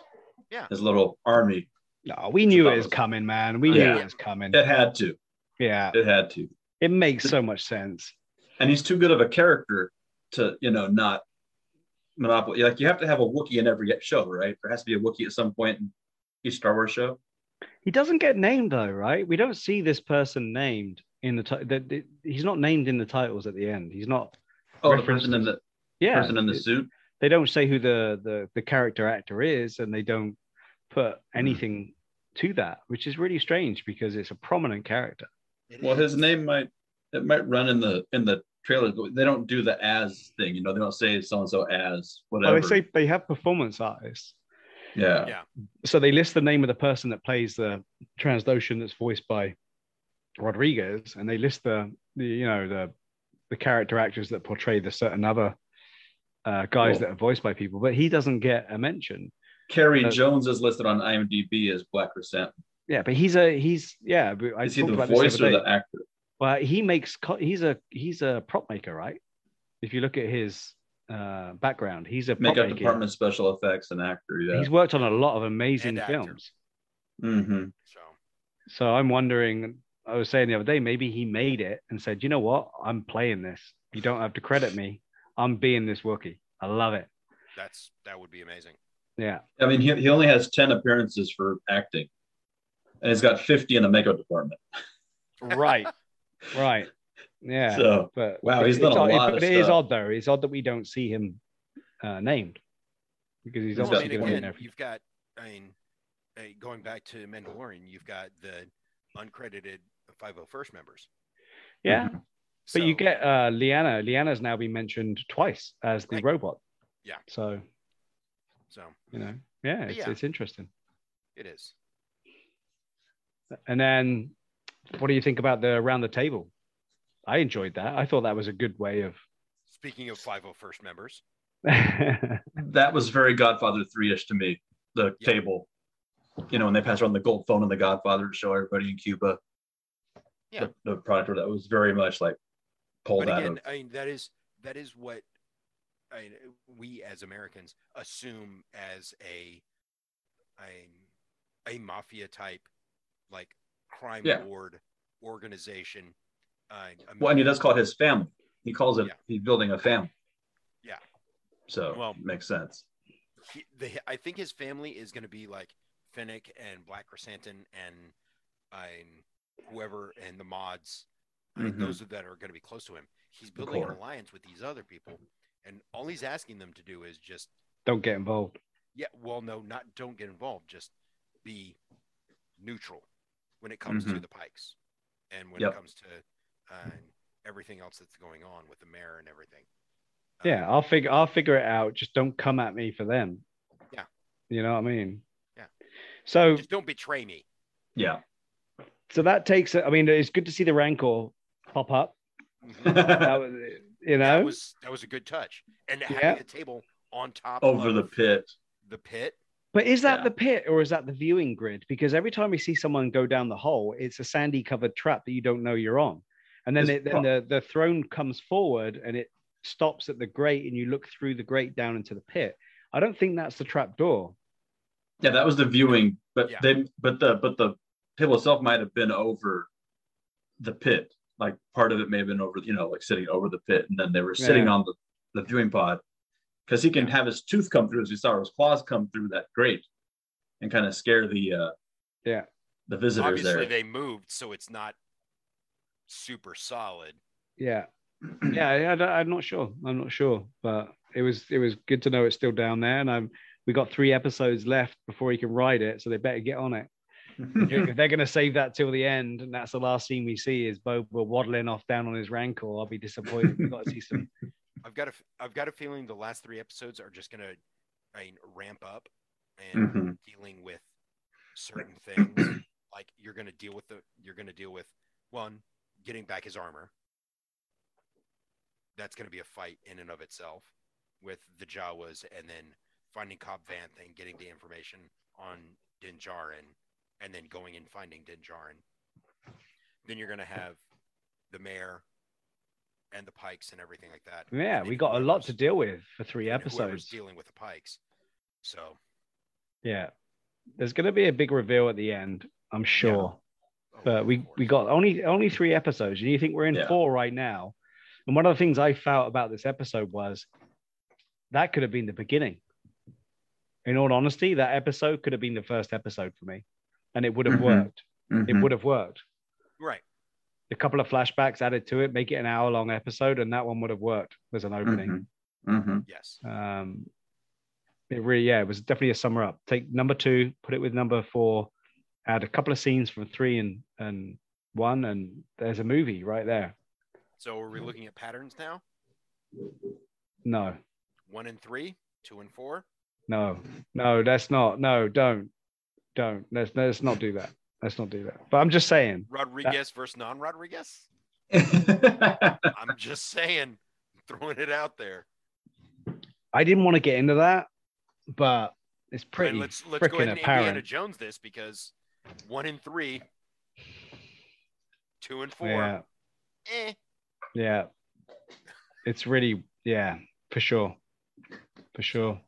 S2: Yeah.
S1: his little army.
S3: No, we knew it
S1: Boba's-
S3: was coming, man. We knew
S1: Yeah.
S3: it was coming.
S1: It had to.
S3: Yeah.
S1: It had to.
S3: It makes so much sense.
S1: And he's too good of a character to, you know, not monopoly. Like you have to have a Wookiee in every show, right? There has to be a Wookiee at some point in each Star Wars show.
S3: He doesn't get named though, right? We don't see this person named in the title. He's not named in the titles at the end. He's not.
S1: Oh, the person in the
S3: Yeah,
S1: person in the suit.
S3: they don't say who the, the the character actor is, and they don't
S1: Hmm.
S3: put anything to that, which is really strange because it's a prominent character.
S2: It
S1: Well,
S2: is.
S1: his name might it might run in the in the trailer, but they don't do the as thing. You know, they don't say so and so as
S3: Well,
S1: whatever.
S3: Oh, they say they have performance artists.
S1: yeah.
S2: Yeah.
S3: so they list the name of the person that plays the transdotion that's voiced by Rodriguez, and they list the, the you know the the character actors that portray the certain other uh, guys
S1: Cool.
S3: that are voiced by people, but he doesn't get a mention.
S1: Carrie
S3: Uh,
S1: Jones is listed on IMDb as Black Resent.
S3: Yeah, but he's a he's yeah. but I
S1: Is he
S3: talked
S1: the
S3: about this
S1: voice
S3: other
S1: or
S3: day.
S1: the actor?
S3: But he makes co- he's a he's a prop maker, right? If you look at his uh, background, he's a prop
S1: Makeup
S3: maker.
S1: department, special effects, and actor. Yeah.
S3: He's worked on a lot of amazing
S2: And actor.
S3: films.
S1: hmm
S2: So
S3: So I'm wondering, I was saying the other day, maybe he made it and said, you know what? I'm playing this. You don't have to credit me. I'm being this Wookiee. I love it.
S2: that's that would be amazing.
S3: Yeah.
S1: I mean, he, he only has ten appearances for acting, and he's got fifty in the makeup department.
S3: Right. right. Yeah.
S1: So
S3: but
S1: wow, he's
S3: it's
S1: done a
S3: odd-
S1: lot
S3: But
S1: of
S3: it is
S1: stuff.
S3: odd, though. It's odd that we don't see him uh, named because he's
S1: Well,
S2: Well, I
S3: obviously
S2: mean,
S3: going to be in
S2: again,
S3: there.
S2: you've got, I mean, eh, going back to Mandalorian, you've got the uncredited 501st members.
S3: Yeah. But you
S2: So,
S3: get uh, Liana. Liana's now been mentioned twice as the
S2: Right.
S3: robot.
S2: Yeah.
S3: So,
S2: so
S3: you know, yeah, it's,
S2: yeah.
S3: it's interesting.
S2: it is.
S3: And then, what do you think about the round the table? I enjoyed that. I thought that was a good way of.
S2: Speaking of 501st members,
S1: that was very Godfather three ish to me. The
S2: Yeah.
S1: table, you know, when they pass around the gold phone in the Godfather to show everybody in Cuba.
S2: Yeah.
S1: The, the product that was very much like pulled
S2: but
S1: out
S2: again,
S1: of.
S2: I mean, that is that is what I mean, we as Americans assume as a a, a mafia type, like crime
S1: Yeah.
S2: lord organization. Uh,
S1: Well, and he does call it his family. He calls it
S2: Yeah.
S1: he's building a family.
S2: Yeah.
S1: So
S2: Well-
S1: makes sense.
S2: he, the, I think his family is going to be like Finnick and Black Chrysanthemum and and whoever and the mods. I mean,
S1: Mhm.
S2: Those that are going to be close to him. He's building an
S1: core.
S2: alliance with these other people, and all he's asking them to do is just
S3: Don't get involved.
S2: yeah, well, no, not don't get involved. Just be neutral when it comes to
S3: Mm-hmm.
S1: Mhm.
S2: the pikes, and when
S1: Yep.
S2: it comes to uh, everything else that's going on with the mayor and everything. Uh,
S3: Yeah, I'll figure. I'll figure it out. Just don't come at me for them.
S2: Yeah.
S3: You know what I mean?
S2: Yeah.
S3: So,
S2: just don't betray me.
S1: Yeah.
S3: so that takes. I mean, it's good to see the rancor pop up. That was, you know,
S2: That was that was a good touch, and
S3: Yeah.
S2: having the table on top
S1: Over
S2: of
S1: the pit.
S2: the pit.
S3: but is that
S1: yeah.
S3: the pit or is that the viewing grid? Because every time we see someone go down the hole, it's a sandy covered trap that you don't know you're on, and then
S1: It's
S3: it, then the the throne comes forward and it stops at the grate, and you look through the grate down into the pit. I don't think that's the trap door.
S1: Yeah, that was the viewing, but
S2: Yeah.
S1: they but the but the table itself might have been over the pit. Like part of it may have been over, you know, like sitting over the pit, and then they were sitting
S3: Yeah.
S1: on the, the viewing pod because he can have his tooth come through as we saw or his claws come through that grate and kind of scare the uh
S3: Yeah.
S1: the visitors
S2: Obviously,
S1: there.
S2: they moved, so it's not super solid.
S3: Yeah, yeah. I, I, don't- I'm not sure. I'm not sure, but it was it was good to know it's still down there, and I'm we got three episodes left before he can ride it, so they better get on it. if they're going to save that till the end, and that's the last scene we see is Boba waddling off down on his rancor, I'll be disappointed. We've got to see some.
S2: I've got a f- I've got a feeling the last three episodes are just gonna, I mean, ramp up and
S1: Mhm.
S2: dealing with certain things. like you're gonna deal with the you're gonna deal with one getting back his armor. That's gonna be a fight in and of itself with the Jawas, and then finding Cobb Vanth and getting the information on Din Djarin, and then going and finding Din Djarin. Then you're gonna have the mayor and the Pikes and everything like that.
S3: Yeah,
S2: and
S3: we got a lot to
S2: whoever's-
S3: deal with for three
S2: and whoever's
S3: episodes.
S2: dealing with the Pikes. So,
S3: Yeah, there's going to be a big reveal at the end, I'm sure.
S2: oh,
S3: but
S2: of
S3: we
S2: course.
S3: we got only only three episodes and you think we're in
S1: Yeah.
S3: four right now and one of the things i felt about this episode was that could have been the beginning in all honesty that episode could have been the first episode for me and it would have
S1: Mhm.
S3: worked it
S1: Mhm.
S3: would have worked
S2: right.
S3: a couple of flashbacks added to it make it an hour long episode and that one would have worked as an opening
S1: Mhm. Mhm.
S2: Yes.
S3: um it really yeah it was definitely a summer up take number two put it with number four add a couple of scenes from three and and one, and there's a movie right there.
S2: So are we looking at patterns now?
S3: No,
S2: One and three, two and four.
S3: no, no, that's not. No, don't, don't. Let's let's not do that. Let's not do that. But I'm just saying.
S2: Rodriguez versus non-Rodriguez.
S1: Mm-hmm.
S2: I'm just saying, throwing it out there.
S3: I didn't want to get into that, but it's
S2: And
S3: pretty
S2: let's let's go
S3: freaking
S2: ahead and Indiana
S3: apparent.
S2: Jones this because one and three, two and four.
S3: Yeah,
S2: Eh.
S3: yeah. It's really yeah, for sure, for sure.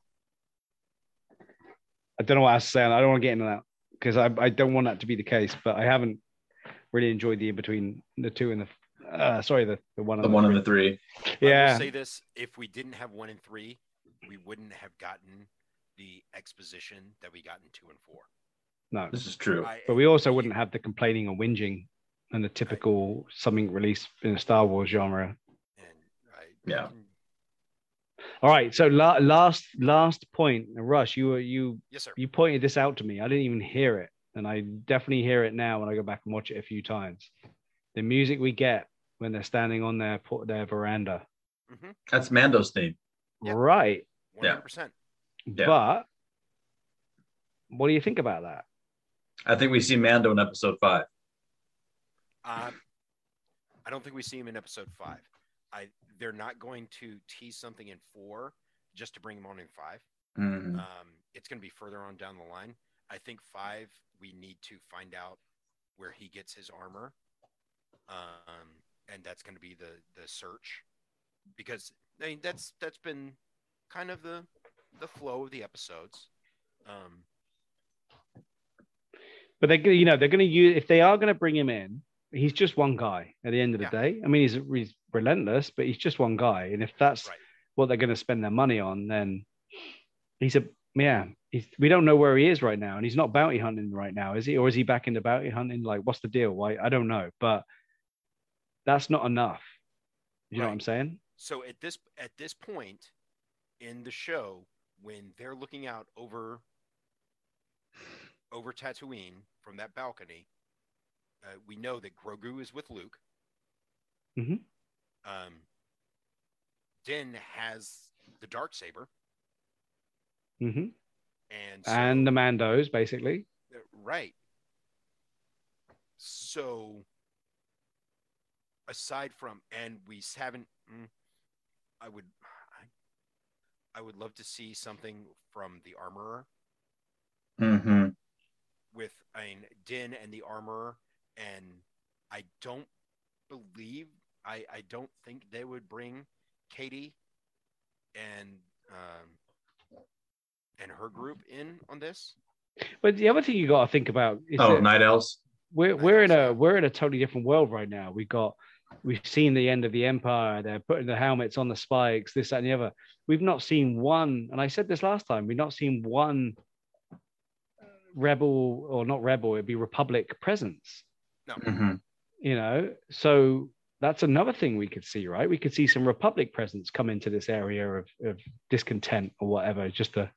S3: I don't know what else to say. and I don't want to get into that because I I don't want that to be the case. But I haven't really enjoyed the in between the two and the uh, sorry the the one and
S1: the one and the three.
S2: I will
S3: yeah
S2: say this: if we didn't have one and three, we wouldn't have gotten the exposition that we got in two and four.
S3: no.
S1: This is true.
S2: I-
S3: But we also wouldn't have the complaining and whinging and the typical something released in the Star Wars genre.
S2: And I
S1: Yeah.
S3: All right, so la- last last point, Rush, you were you
S2: Yes, sir.
S3: you pointed this out to me. I didn't even hear it, and I definitely hear it now when I go back and watch it a few times. The music we get when they're standing on their por- their veranda,
S1: That's Mando's theme.
S2: Yeah.
S3: right?
S2: One hundred percent.
S3: But what do you think about that?
S1: I think we see Mando in episode five.
S2: Um, I don't think we see him in episode five. I they're not going to tease something in four just to bring him on in five.
S3: Mm-hmm.
S1: Mhm.
S2: Um, it's going to be further on down the line. I think five, we need to find out where he gets his armor. Um, and that's going to be the, the search because I mean, that's, that's been kind of the, the flow of the episodes. Um,
S3: But they're gonna- you know they're going to use if they are going to bring him in. He's just one guy at the end of the day. I mean, he's, he's relentless, but he's just one guy. And if that's
S2: Right.
S3: what they're going to spend their money on, then he's a yeah. He's, we don't know where he is right now, and he's not bounty hunting right now, is he? Or is he back into bounty hunting? Like, what's the deal? Why I don't know, but that's not enough. You know what
S2: Right.
S3: I'm saying?
S2: so at this, at this point in the show, when they're looking out over, over Tatooine from that balcony, uh, we know that Grogu is with Luke.
S3: Mhm.
S2: Um, Din has the dark saber,
S3: hmm
S2: and
S3: And the Mandos, basically.
S2: so- right. So, aside from, and we s- haven't, mm, I would, I, I would love to see something from the armorer
S1: Mhm.
S2: with I mean, Din and the armorer, and I don't believe I I don't think they would bring Katie and um and her group in on this.
S3: But the other thing you got to think about is
S1: Oh,
S3: that-
S1: Night Owls.
S3: we're
S2: I
S3: we're in
S2: think
S3: a
S2: so.
S3: we're in a totally different world right now. We've got we've seen the end of the empire. They're putting the helmets on the spikes, this that and the other. We've not seen one, and I said this last time. We've not seen one rebel or not rebel. It'd be republic presence, Mm-hmm.
S1: Mhm.
S3: you know. So that's another thing we could see, right? We could see some republic presence come into this area of, of discontent or whatever, just to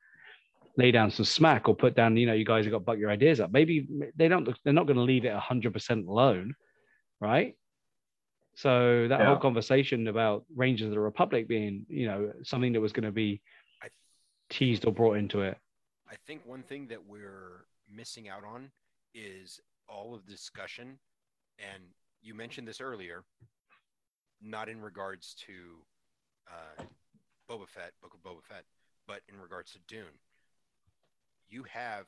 S3: lay down some smack or put down, you know, you guys have got to buck your ideas up. Maybe they don't, they're not going to leave it 100% alone, right? So that whole
S1: Yeah.
S3: conversation about Rangers of the Republic being, you know, something that was going to be
S2: I-
S3: teased or brought into it.
S2: I think one thing that we're missing out on is all of the discussion, and you mentioned this earlier, not in regards to uh, Boba Fett, Book of Boba Fett, but in regards to Dune. You have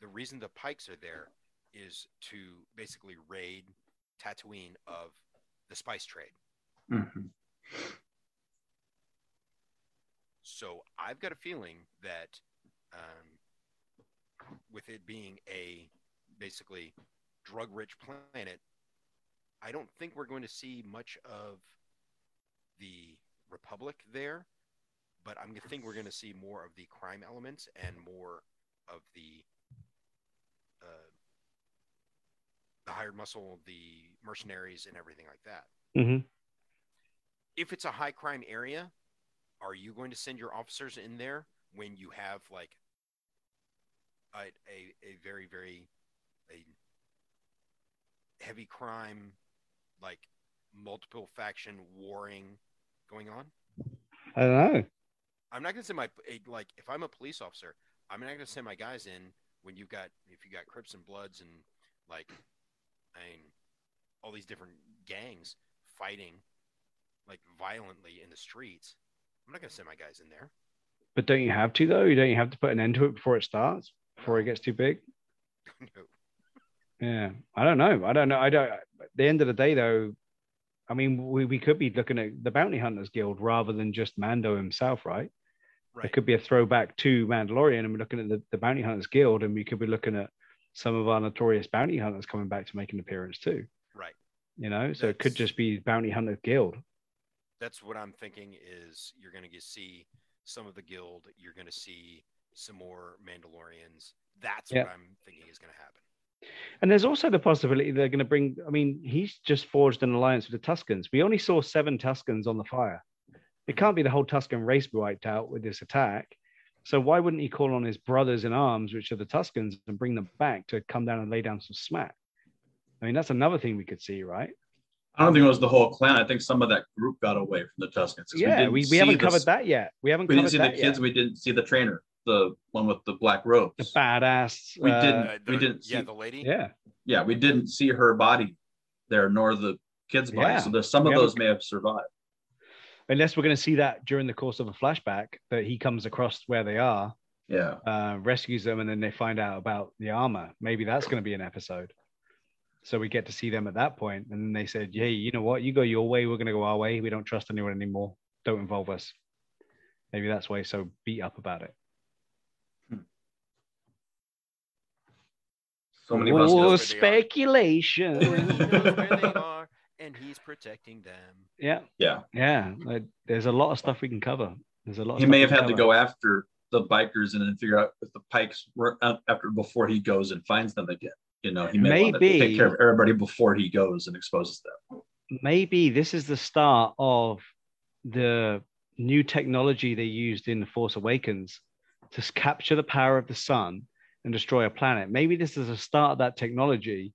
S2: the reason the Pikes are there is to basically raid Tatooine of the spice trade.
S1: Mhm.
S2: So I've got a feeling that um, with it being a basically drug rich planet, I don't think we're going to see much of the Republic there, but I'm going to think we're going to see more of the crime elements and more of the. Uh, the hired muscle, the mercenaries, and everything like that.
S3: Mhm.
S2: If it's a high crime area, are you going to send your officers in there when you have like a a, a very very a heavy crime, like multiple faction warring going on?
S3: I don't know.
S2: I'm not gonna send my like if I'm a police officer, I'm not gonna send my guys in when you've got if you got Crips and Bloods and like I mean all these different gangs fighting like violently in the streets. I'm not gonna send my guys in there.
S3: But don't you have to though? You don't you have to put an end to it before it starts, before it gets too big?
S2: no.
S3: Yeah, I don't know. I don't know. I don't. At the end of the day, though, I mean, we, we could be looking at the Bounty Hunters Guild rather than just Mando himself, right?
S2: Right.
S3: It could be a throwback to Mandalorian, and we're looking at the, the Bounty Hunters Guild, and we could be looking at some of our notorious bounty hunters coming back to make an appearance too.
S2: Right.
S3: You know, so it could
S2: That's-
S3: just be Bounty Hunter Guild.
S2: that's what I'm thinking is you're going to see some of the guild. You're going to see some more Mandalorians. That's
S3: Yeah.
S2: what I'm thinking is going to happen.
S3: And there's also the possibility they're going to bring. I mean, he's just forged an alliance with the Tuscans. We only saw seven Tuscans on the fire. It can't be the whole Tuscan race wiped out with this attack. So why wouldn't he call on his brothers in arms, which are the Tuscans, and bring them back to come down and lay down some smack? I mean, that's another thing we could see, right?
S1: I don't think it was the whole clan. I think some of that group got away from the Tuscans. 'cause
S3: yeah,
S1: didn't
S3: we, we,
S1: see
S3: haven't
S1: the-
S3: covered that yet. We haven't
S1: We
S3: covered
S1: didn't see the
S3: that
S1: kids.
S3: yet.
S1: We didn't see the trainer, the one with the black robes.
S3: The badass.
S1: We
S3: uh,
S1: didn't.
S2: Uh,
S1: we
S2: the-
S1: didn't
S2: yeah,
S1: see-
S2: the lady.
S3: Yeah.
S1: yeah, we didn't see her body there, nor the kids' body.
S3: Yeah.
S1: So there's some
S3: We
S1: of
S3: haven't-
S1: those may have survived.
S3: Unless we're going to see that during the course of a flashback that he comes across where they are
S1: Yeah.
S3: uh, rescues them, and then they find out about the armor. Maybe that's going to be an episode. So we get to see them at that point, and then they said, "Hey, you know what? You go your way. We're going to go our way. We don't trust anyone anymore. Don't involve us." Maybe that's why he's so beat up about it.
S1: So many
S2: Whoa,
S1: of us.
S2: whoa,
S1: know.
S2: where they are.
S3: speculation.
S2: He knows where they are, and he's protecting them.
S3: yeah,
S1: Yeah.
S3: yeah. Like, there's a lot of stuff we can cover. There's a lot. Of
S1: He
S3: stuff
S1: may
S3: we
S1: have
S3: can
S1: had to
S3: cover.
S1: go after the bikers and then figure out if the pikes were out after before he goes and finds them again. You know, he may want to
S3: Maybe.
S1: take care of everybody before he goes and exposes them.
S3: maybe this is the start of the new technology they used in The Force Awakens to s- capture the power of the sun and destroy a planet. Maybe this is the start of that technology,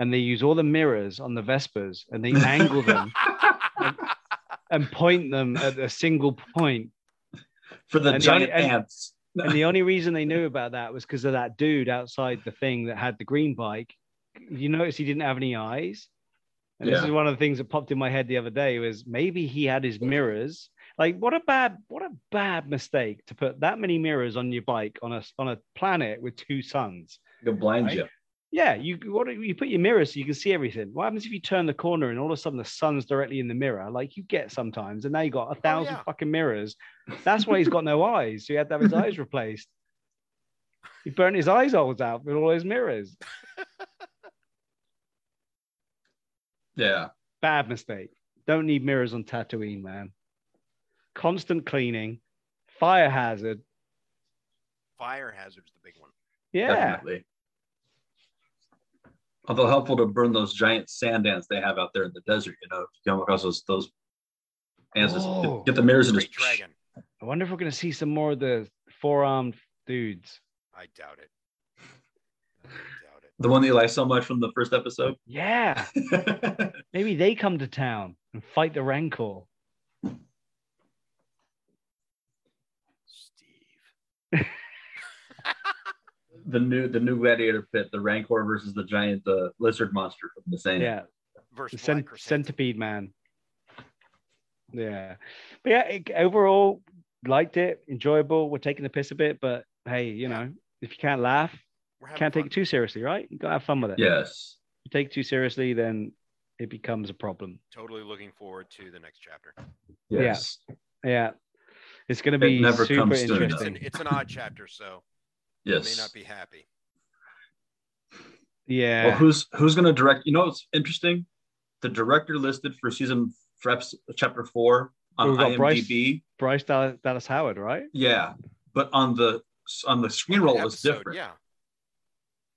S3: and they use all the mirrors on the Vespers and they angle them and point them at a single point.
S1: For the
S3: And the only-
S1: giant
S3: and-
S1: ants.
S3: And the only reason they knew about that was because of that dude outside the thing that had the green bike. You notice he didn't have any eyes. And this
S1: Yeah.
S3: is one of the things that popped in my head the other day was maybe he had his mirrors. Like what a bad what a bad mistake to put that many mirrors on your bike on a on a planet with two suns.
S1: He'll blind
S3: Right?
S1: you.
S3: Yeah, you what you put your mirror so you can see everything. What happens if you turn the corner and all of a sudden the sun's directly in the mirror, like you get sometimes, and now you got a thousand
S2: yeah.
S3: fucking mirrors. That's why he's got no eyes. So he had to have his eyes replaced. He burnt his eyes holes out with all his mirrors.
S1: Yeah.
S3: Bad mistake. Don't need mirrors on Tatooine, man. Constant cleaning, fire hazard.
S2: Fire hazard's the big one.
S3: Yeah.
S1: Definitely. Although helpful to burn those giant sand ants they have out there in the desert, you know, if you come across those those ants, just get-
S3: Whoa.
S1: get, the mirrors and
S2: Oh, Great
S1: just
S2: dragon.
S3: I wonder if we're gonna see some more of the four armed dudes.
S2: I doubt it. I doubt it.
S1: the one that you like so much from the first episode.
S3: Yeah. Maybe they come to town and fight the Rancor.
S2: Steve.
S1: the new the new gladiator pit, the rancor versus the giant uh, lizard monster from the same.
S3: Yeah. the
S2: Versus
S3: cent-
S2: Black Crescent.
S3: centipede man. Yeah, but yeah, it, overall liked it, enjoyable. We're taking the piss a bit, but hey, you know, if you can't laugh,
S2: We're having
S3: can't take
S2: fun.
S3: it too seriously, right? You gotta have fun with it.
S1: Yes.
S3: If you take it too seriously, then it becomes a problem.
S2: Totally looking forward to the next chapter.
S1: Yes.
S3: Yeah, it's gonna be
S1: never
S3: super
S1: comes soon,
S2: It's
S1: though.
S2: an,
S3: interesting.
S2: it's an odd chapter, so you may
S1: Yes.
S2: not be happy.
S3: Yeah,
S1: Well, who's who's going to direct? You know, it's interesting. The director listed for season for eps- chapter four on
S3: We've got
S1: IMDb.
S3: Bryce- Bryce Dallas, Dallas Howard, right?
S1: Yeah, but on the on the screen roll it's
S2: Episode,
S1: different.
S2: Yeah.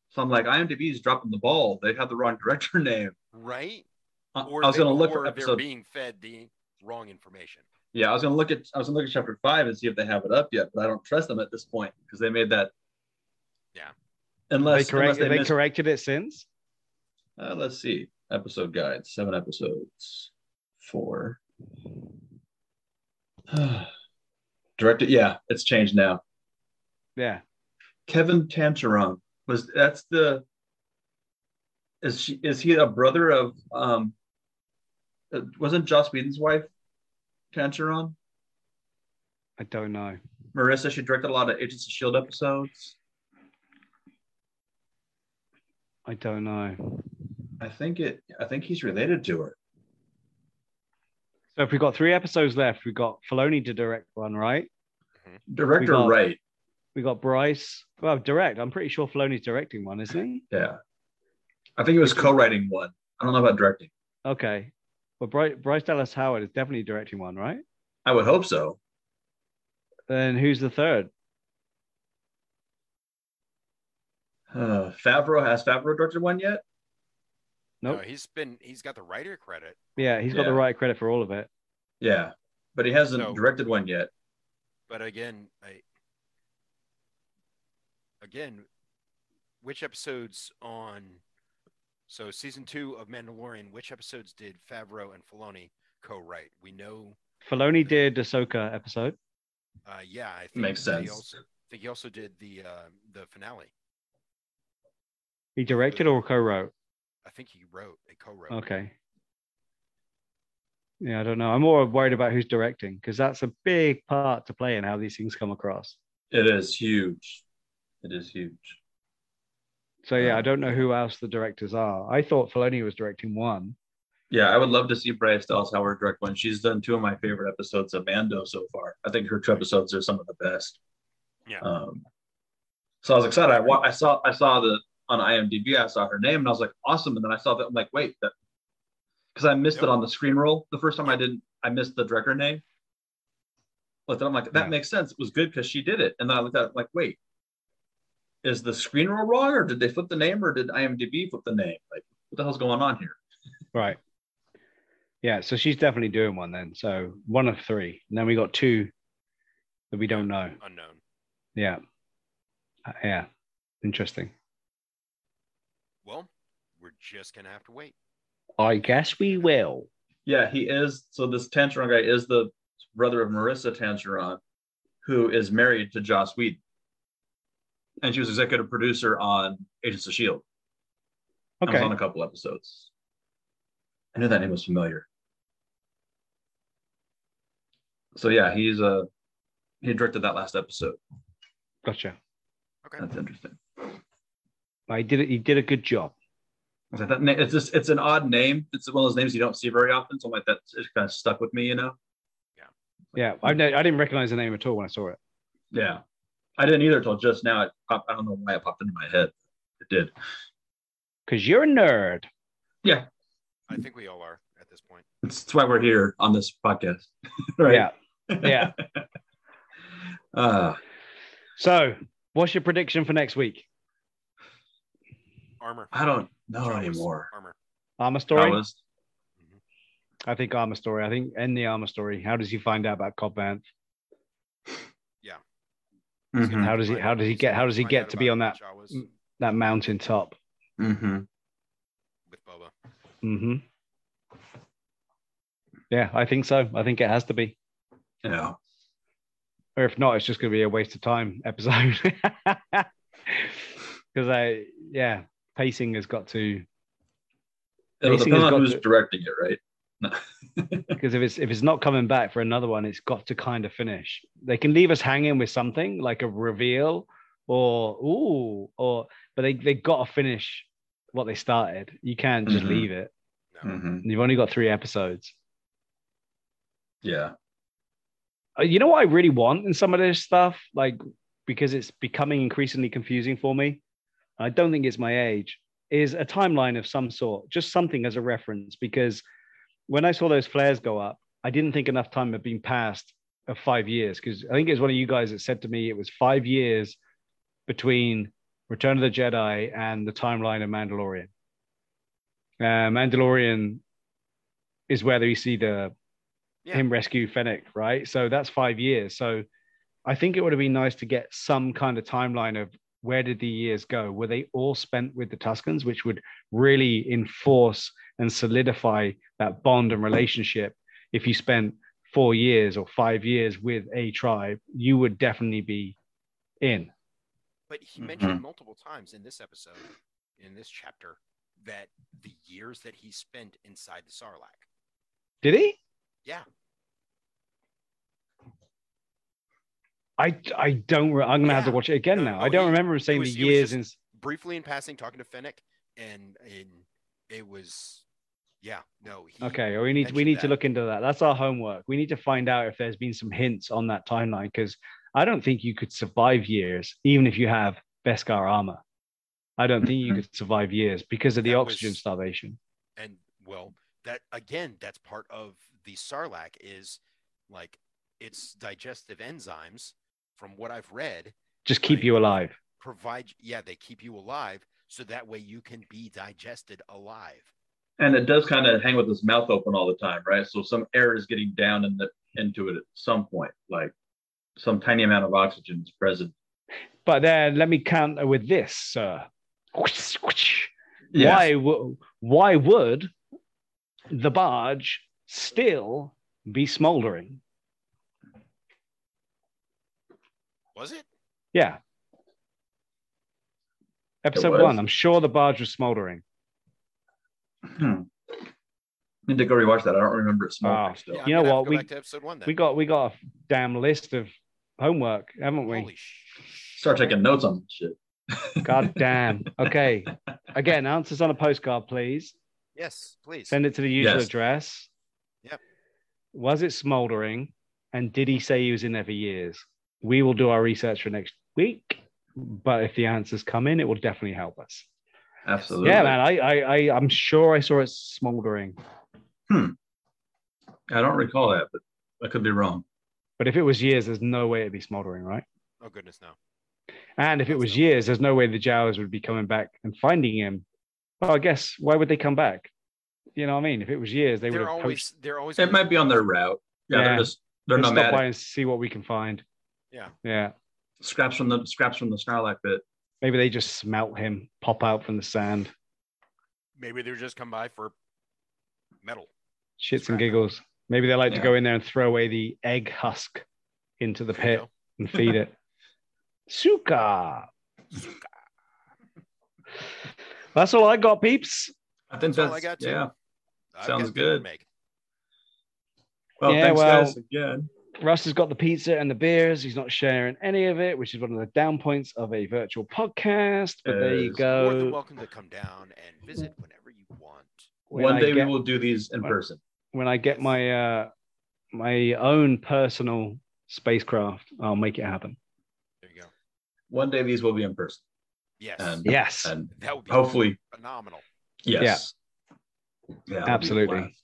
S1: So I'm like, IMDb is dropping the ball. They have the wrong director name.
S2: Right?
S1: I, I was
S2: they-
S1: going to look
S2: or
S1: for
S2: they're
S1: episode.
S2: being fed the wrong information.
S1: yeah, I was going to look at I was going to look at chapter five and see if they have it up yet, but I don't trust them at this point because they made that.
S2: Yeah.
S1: Unless
S3: they correct,
S1: unless
S3: they
S1: missed-
S3: corrected it since.
S1: Uh, let's see. Episode guide, seven episodes, four. Directed, yeah, it's changed now.
S3: Yeah.
S1: Kevin Tancheron was that's the is she is he a brother of um uh, wasn't Joss Whedon's wife Tancheron?
S3: I don't know.
S1: Marissa, she directed a lot of Agents of Shield E episodes.
S3: I don't know.
S1: I think it I think he's related to her.
S3: So if we've got three episodes left, we've got Filoni to direct one, right?
S1: Director
S3: We got-
S1: Wright.
S3: We got Bryce. Well, direct. I'm pretty sure Filoni's directing one, isn't he?
S1: Yeah. I think he was co-writing one. I don't know about directing.
S3: Okay. Well, Bryce, Bryce Dallas Howard is definitely directing one, right?
S1: I would hope so.
S3: Then who's the third?
S1: Uh, Favreau has Favreau directed one yet?
S2: No,
S3: Nope.
S2: he's been he's got the writer credit.
S3: Yeah, he's got the
S1: Yeah.
S3: right credit for all of it.
S1: Yeah, but he hasn't
S2: So-
S1: directed one yet.
S2: But again, I again, which episodes on so season two of Mandalorian, which episodes did Favreau and Filoni co-write? We know
S3: Filoni did Ahsoka episode.
S2: uh yeah, I think
S1: Makes
S2: that He
S1: sense.
S2: also, I think he also did the uh the finale.
S3: He directed or co-wrote.
S2: I think he wrote a co-wrote.
S3: Okay. Yeah, I don't know. I'm more worried about who's directing because that's a big part to play in how these things come across.
S1: It is huge. It is huge.
S3: So yeah,
S1: Uh,
S3: I don't know who else the directors are. I thought Filoni was directing one.
S1: Yeah, I would love to see Bryce Dallas Howard direct one. She's done two of my favorite episodes of Mando so far. I think her two episodes are some of the best.
S2: Yeah.
S1: Um, so I was excited. I, wa- I saw I saw the on IMDb. I saw her name and I was like, awesome. And then I saw that. I'm like, wait, that because I missed it
S2: Yep.
S1: on the screen roll the first time. I didn't. I missed the director name. But then I'm like, that
S3: Yeah.
S1: makes sense. It was good because she did it. And then I looked at it like, wait, is the screen roll wrong or did they flip the name or did IMDb flip the name? Like, what the hell's going on here?
S3: Right. Yeah, so she's definitely doing one then. So one of three. And then we got two that we don't know.
S2: Unknown.
S3: Yeah. Uh, yeah. Interesting.
S2: Well, we're just gonna have to wait.
S3: I guess we will.
S1: Yeah, he is. So this Tancheron guy is the brother of Marissa Tancheron, who is married to Joss Whedon, and she was executive producer on Agents of Shield. I was
S3: Okay.
S1: on a couple episodes. I knew that name was familiar. So yeah, he's uh he directed that last episode.
S3: Gotcha.
S2: Okay.
S1: That's interesting.
S3: I did it. You did a good job.
S1: I was like, that name, it's just it's an odd name. It's one of those names you don't see very often. So I'm like, that's it kind of stuck with me, you know.
S3: Yeah. I, know- I didn't recognize the name at all when I saw it.
S1: Yeah. I didn't either until just now. It popped, I don't know why it popped into my head. It did.
S3: Because you're a nerd.
S2: I think we all are at this point.
S1: It's, it's why we're here on this podcast. right.
S3: Yeah. Yeah.
S1: Uh,
S3: so what's your prediction for next week?
S2: Armor.
S1: I don't know
S2: Jarvis,
S1: anymore.
S2: Armor.
S3: Armor story?
S1: Honest.
S3: I think armor story. I think end the armor story. How does he find out about Cobb Vanth?
S2: Mm-hmm,
S1: Mhm,
S3: Mm-hmm. How does he- how does he get- how does he
S2: Find
S3: get
S2: out
S3: to be
S2: about
S3: on that-
S2: Jawas
S3: Mm. That mountain top.
S1: mhm.
S2: with Boba?
S3: hmm Yeah, I think so. I think it has to be.
S1: Yeah.
S3: Or if not, it's just going to be a waste of time episode. Because I, yeah, pacing has got to.
S1: It'll
S3: Pacing
S1: depend
S3: has
S1: on
S3: got
S1: who's
S3: to-
S1: directing it, right?
S3: Because if it's if it's not coming back for another one, it's got to kind of finish. They can leave us hanging with something like a reveal, or ooh, or but they they got to finish what they started. You can't just
S1: Mhm.
S3: leave it.
S2: No.
S1: Mhm.
S3: You've only got three episodes.
S1: Yeah.
S3: Uh, you know what I really want in some of this stuff, like because it's becoming increasingly confusing for me. I don't think it's my age. Is a timeline of some sort, just something as a reference. Because when I saw those flares go up, I didn't think enough time had been passed of five years. Because I think it was one of you guys that said to me it was five years between Return of the Jedi and the timeline of Mandalorian. Uh, Mandalorian is where we see the
S2: Yeah.
S3: him rescue Fennec, right? So that's five years. So I think it would have been nice to get some kind of timeline of where did the years go? Were they all spent with the Tuscans, which would really enforce and solidify that bond and relationship? If you spent four years or five years with a tribe, you would definitely be in.
S2: But he
S3: Mm-hmm.
S2: mentioned multiple times in this episode, in this chapter, that the years that he spent inside the Sarlacc.
S3: Did he?
S2: Yeah.
S3: I I don't. Re- I'm gonna have to
S2: Yeah.
S3: watch it again
S2: No,
S3: now.
S2: no,
S3: I don't
S2: it-
S3: remember him saying
S2: was-
S3: the
S2: it was
S3: years.
S2: just-
S3: In,
S2: Briefly in passing, talking to Fennec, and in it was, yeah, no. He,
S3: okay, we need we
S2: mentioned
S3: need to
S2: that.
S3: look into that. That's our homework. We need to find out if there's been some hints on that timeline because I don't think you could survive years even if you have Beskar armor. I don't think you
S1: Mhm.
S3: could survive years because of the
S2: That
S3: oxygen
S2: was-
S3: starvation.
S2: and well that again that's part of the sarlacc is like its digestive enzymes from what i've read
S3: Just keep
S2: Right.
S3: you alive.
S2: provide yeah they keep you alive so that way you can be digested alive
S1: and it does kind of hang with his mouth open all the time, right? So some air is getting down in the, into it at some point, like some tiny amount of oxygen is present.
S3: But then let me counter with this, sir.
S1: Yeah.
S3: Why wo- why would the barge still be smoldering?
S2: was it
S3: Yeah. Episode
S1: was.
S3: one. I'm sure the barge was smoldering.
S1: Hmm. Need to go rewatch that. I don't remember it smoking
S3: Ah.
S1: still.
S2: I'm
S3: You know
S2: gonna have
S3: what,
S2: to go
S3: we-
S2: back to episode one then
S3: We got we got a damn list of homework, haven't we?
S2: holy sh-
S1: Start taking notes on this shit.
S3: God damn. Okay. Again, answers on a postcard, please.
S2: yes please
S3: Send it to the usual
S1: Yes.
S3: address.
S2: Yep.
S3: Was it smoldering? And did he say he was in there for years? We will do our research for next week. But if the answers come in, it will definitely help us.
S1: Absolutely.
S3: Yeah, man. I I, I I'm sure I saw it smoldering.
S1: I don't recall that, but I could be wrong.
S3: But if it was years, there's no way it'd be smoldering, right?
S2: oh goodness no
S3: And if it
S2: That's
S3: was
S2: dope.
S3: years, there's no way the Jawas would be coming back and finding him. Well, I guess why would they come back? You know what I mean? If it was years, they
S2: they
S3: would
S2: are
S3: have
S2: always
S3: poached.
S2: they're always
S1: It might be on their route. Yeah,
S3: Yeah.
S1: they're just they're
S3: "Let's stop
S1: nomadic.
S3: by and see what we can find.
S2: yeah
S3: Yeah,
S1: Scraps from the scraps from the Snarlack bit.
S3: maybe they just smelt him pop out from the sand.
S2: maybe they're just come by for metal
S3: Shits and
S2: Scrap.
S3: giggles. Maybe they like to
S1: Yeah.
S3: go in there and throw away the egg husk into the
S2: There you
S3: pit and feed it. Suka. That's all I got, peeps.
S1: I think
S2: That's
S1: that's,
S2: all I got, too.
S1: yeah.
S2: go. I've
S1: Sounds
S2: got food to
S1: good.
S2: make.
S1: Well,
S3: Yeah,
S1: thanks
S3: well-
S1: guys again.
S3: Russ has got the pizza and the beers. He's not sharing any of it, which is one of the down points of a virtual podcast. But there you
S1: Yes.
S2: More than
S3: go.
S2: welcome to come down and visit whenever you want.
S3: When
S1: One
S3: I
S1: day
S3: get,
S1: we will do these in
S3: When-
S1: person.
S3: when I get my uh, my own personal spacecraft, I'll make it happen.
S2: There you go.
S1: One day these will be in person.
S2: Yes.
S1: And-
S3: Yes,
S1: And
S2: that would be
S1: hopefully
S2: phenomenal.
S1: Yes. Yeah. that'd be a
S3: Absolutely.
S1: blast.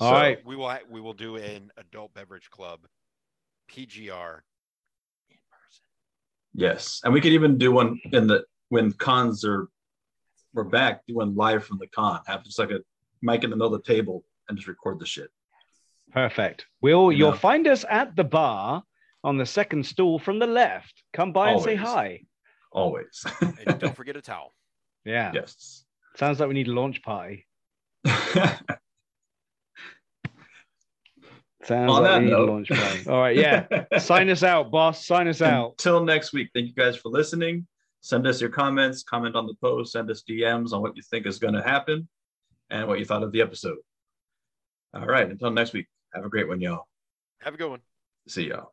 S3: All right.
S2: We will ha- we will do an adult beverage club PGR in person.
S1: Yes. And we could even do one in the when cons are we're back, do one live from the con. Have just like a mic in the middle of the table and just record the shit.
S3: perfect. Will
S1: You
S3: you'll
S1: know.
S3: find us at the bar on the second stool from the left. Come by and say
S1: Always.
S3: hi.
S1: Always.
S2: And don't forget a towel.
S3: Yeah,
S1: yes.
S3: sounds like we need a launch party. Sounds
S1: On
S3: like
S1: that
S3: we need
S1: note.
S3: a launch party. All right, yeah. Sign us out, boss. Sign us out.
S1: Until next week. Thank you guys for listening. Send us your comments, comment on the post, send us DMs on what you think is going to happen and what you thought of the episode. All right. Until next week. Have a great one, y'all.
S2: Have a good one.
S1: See y'all.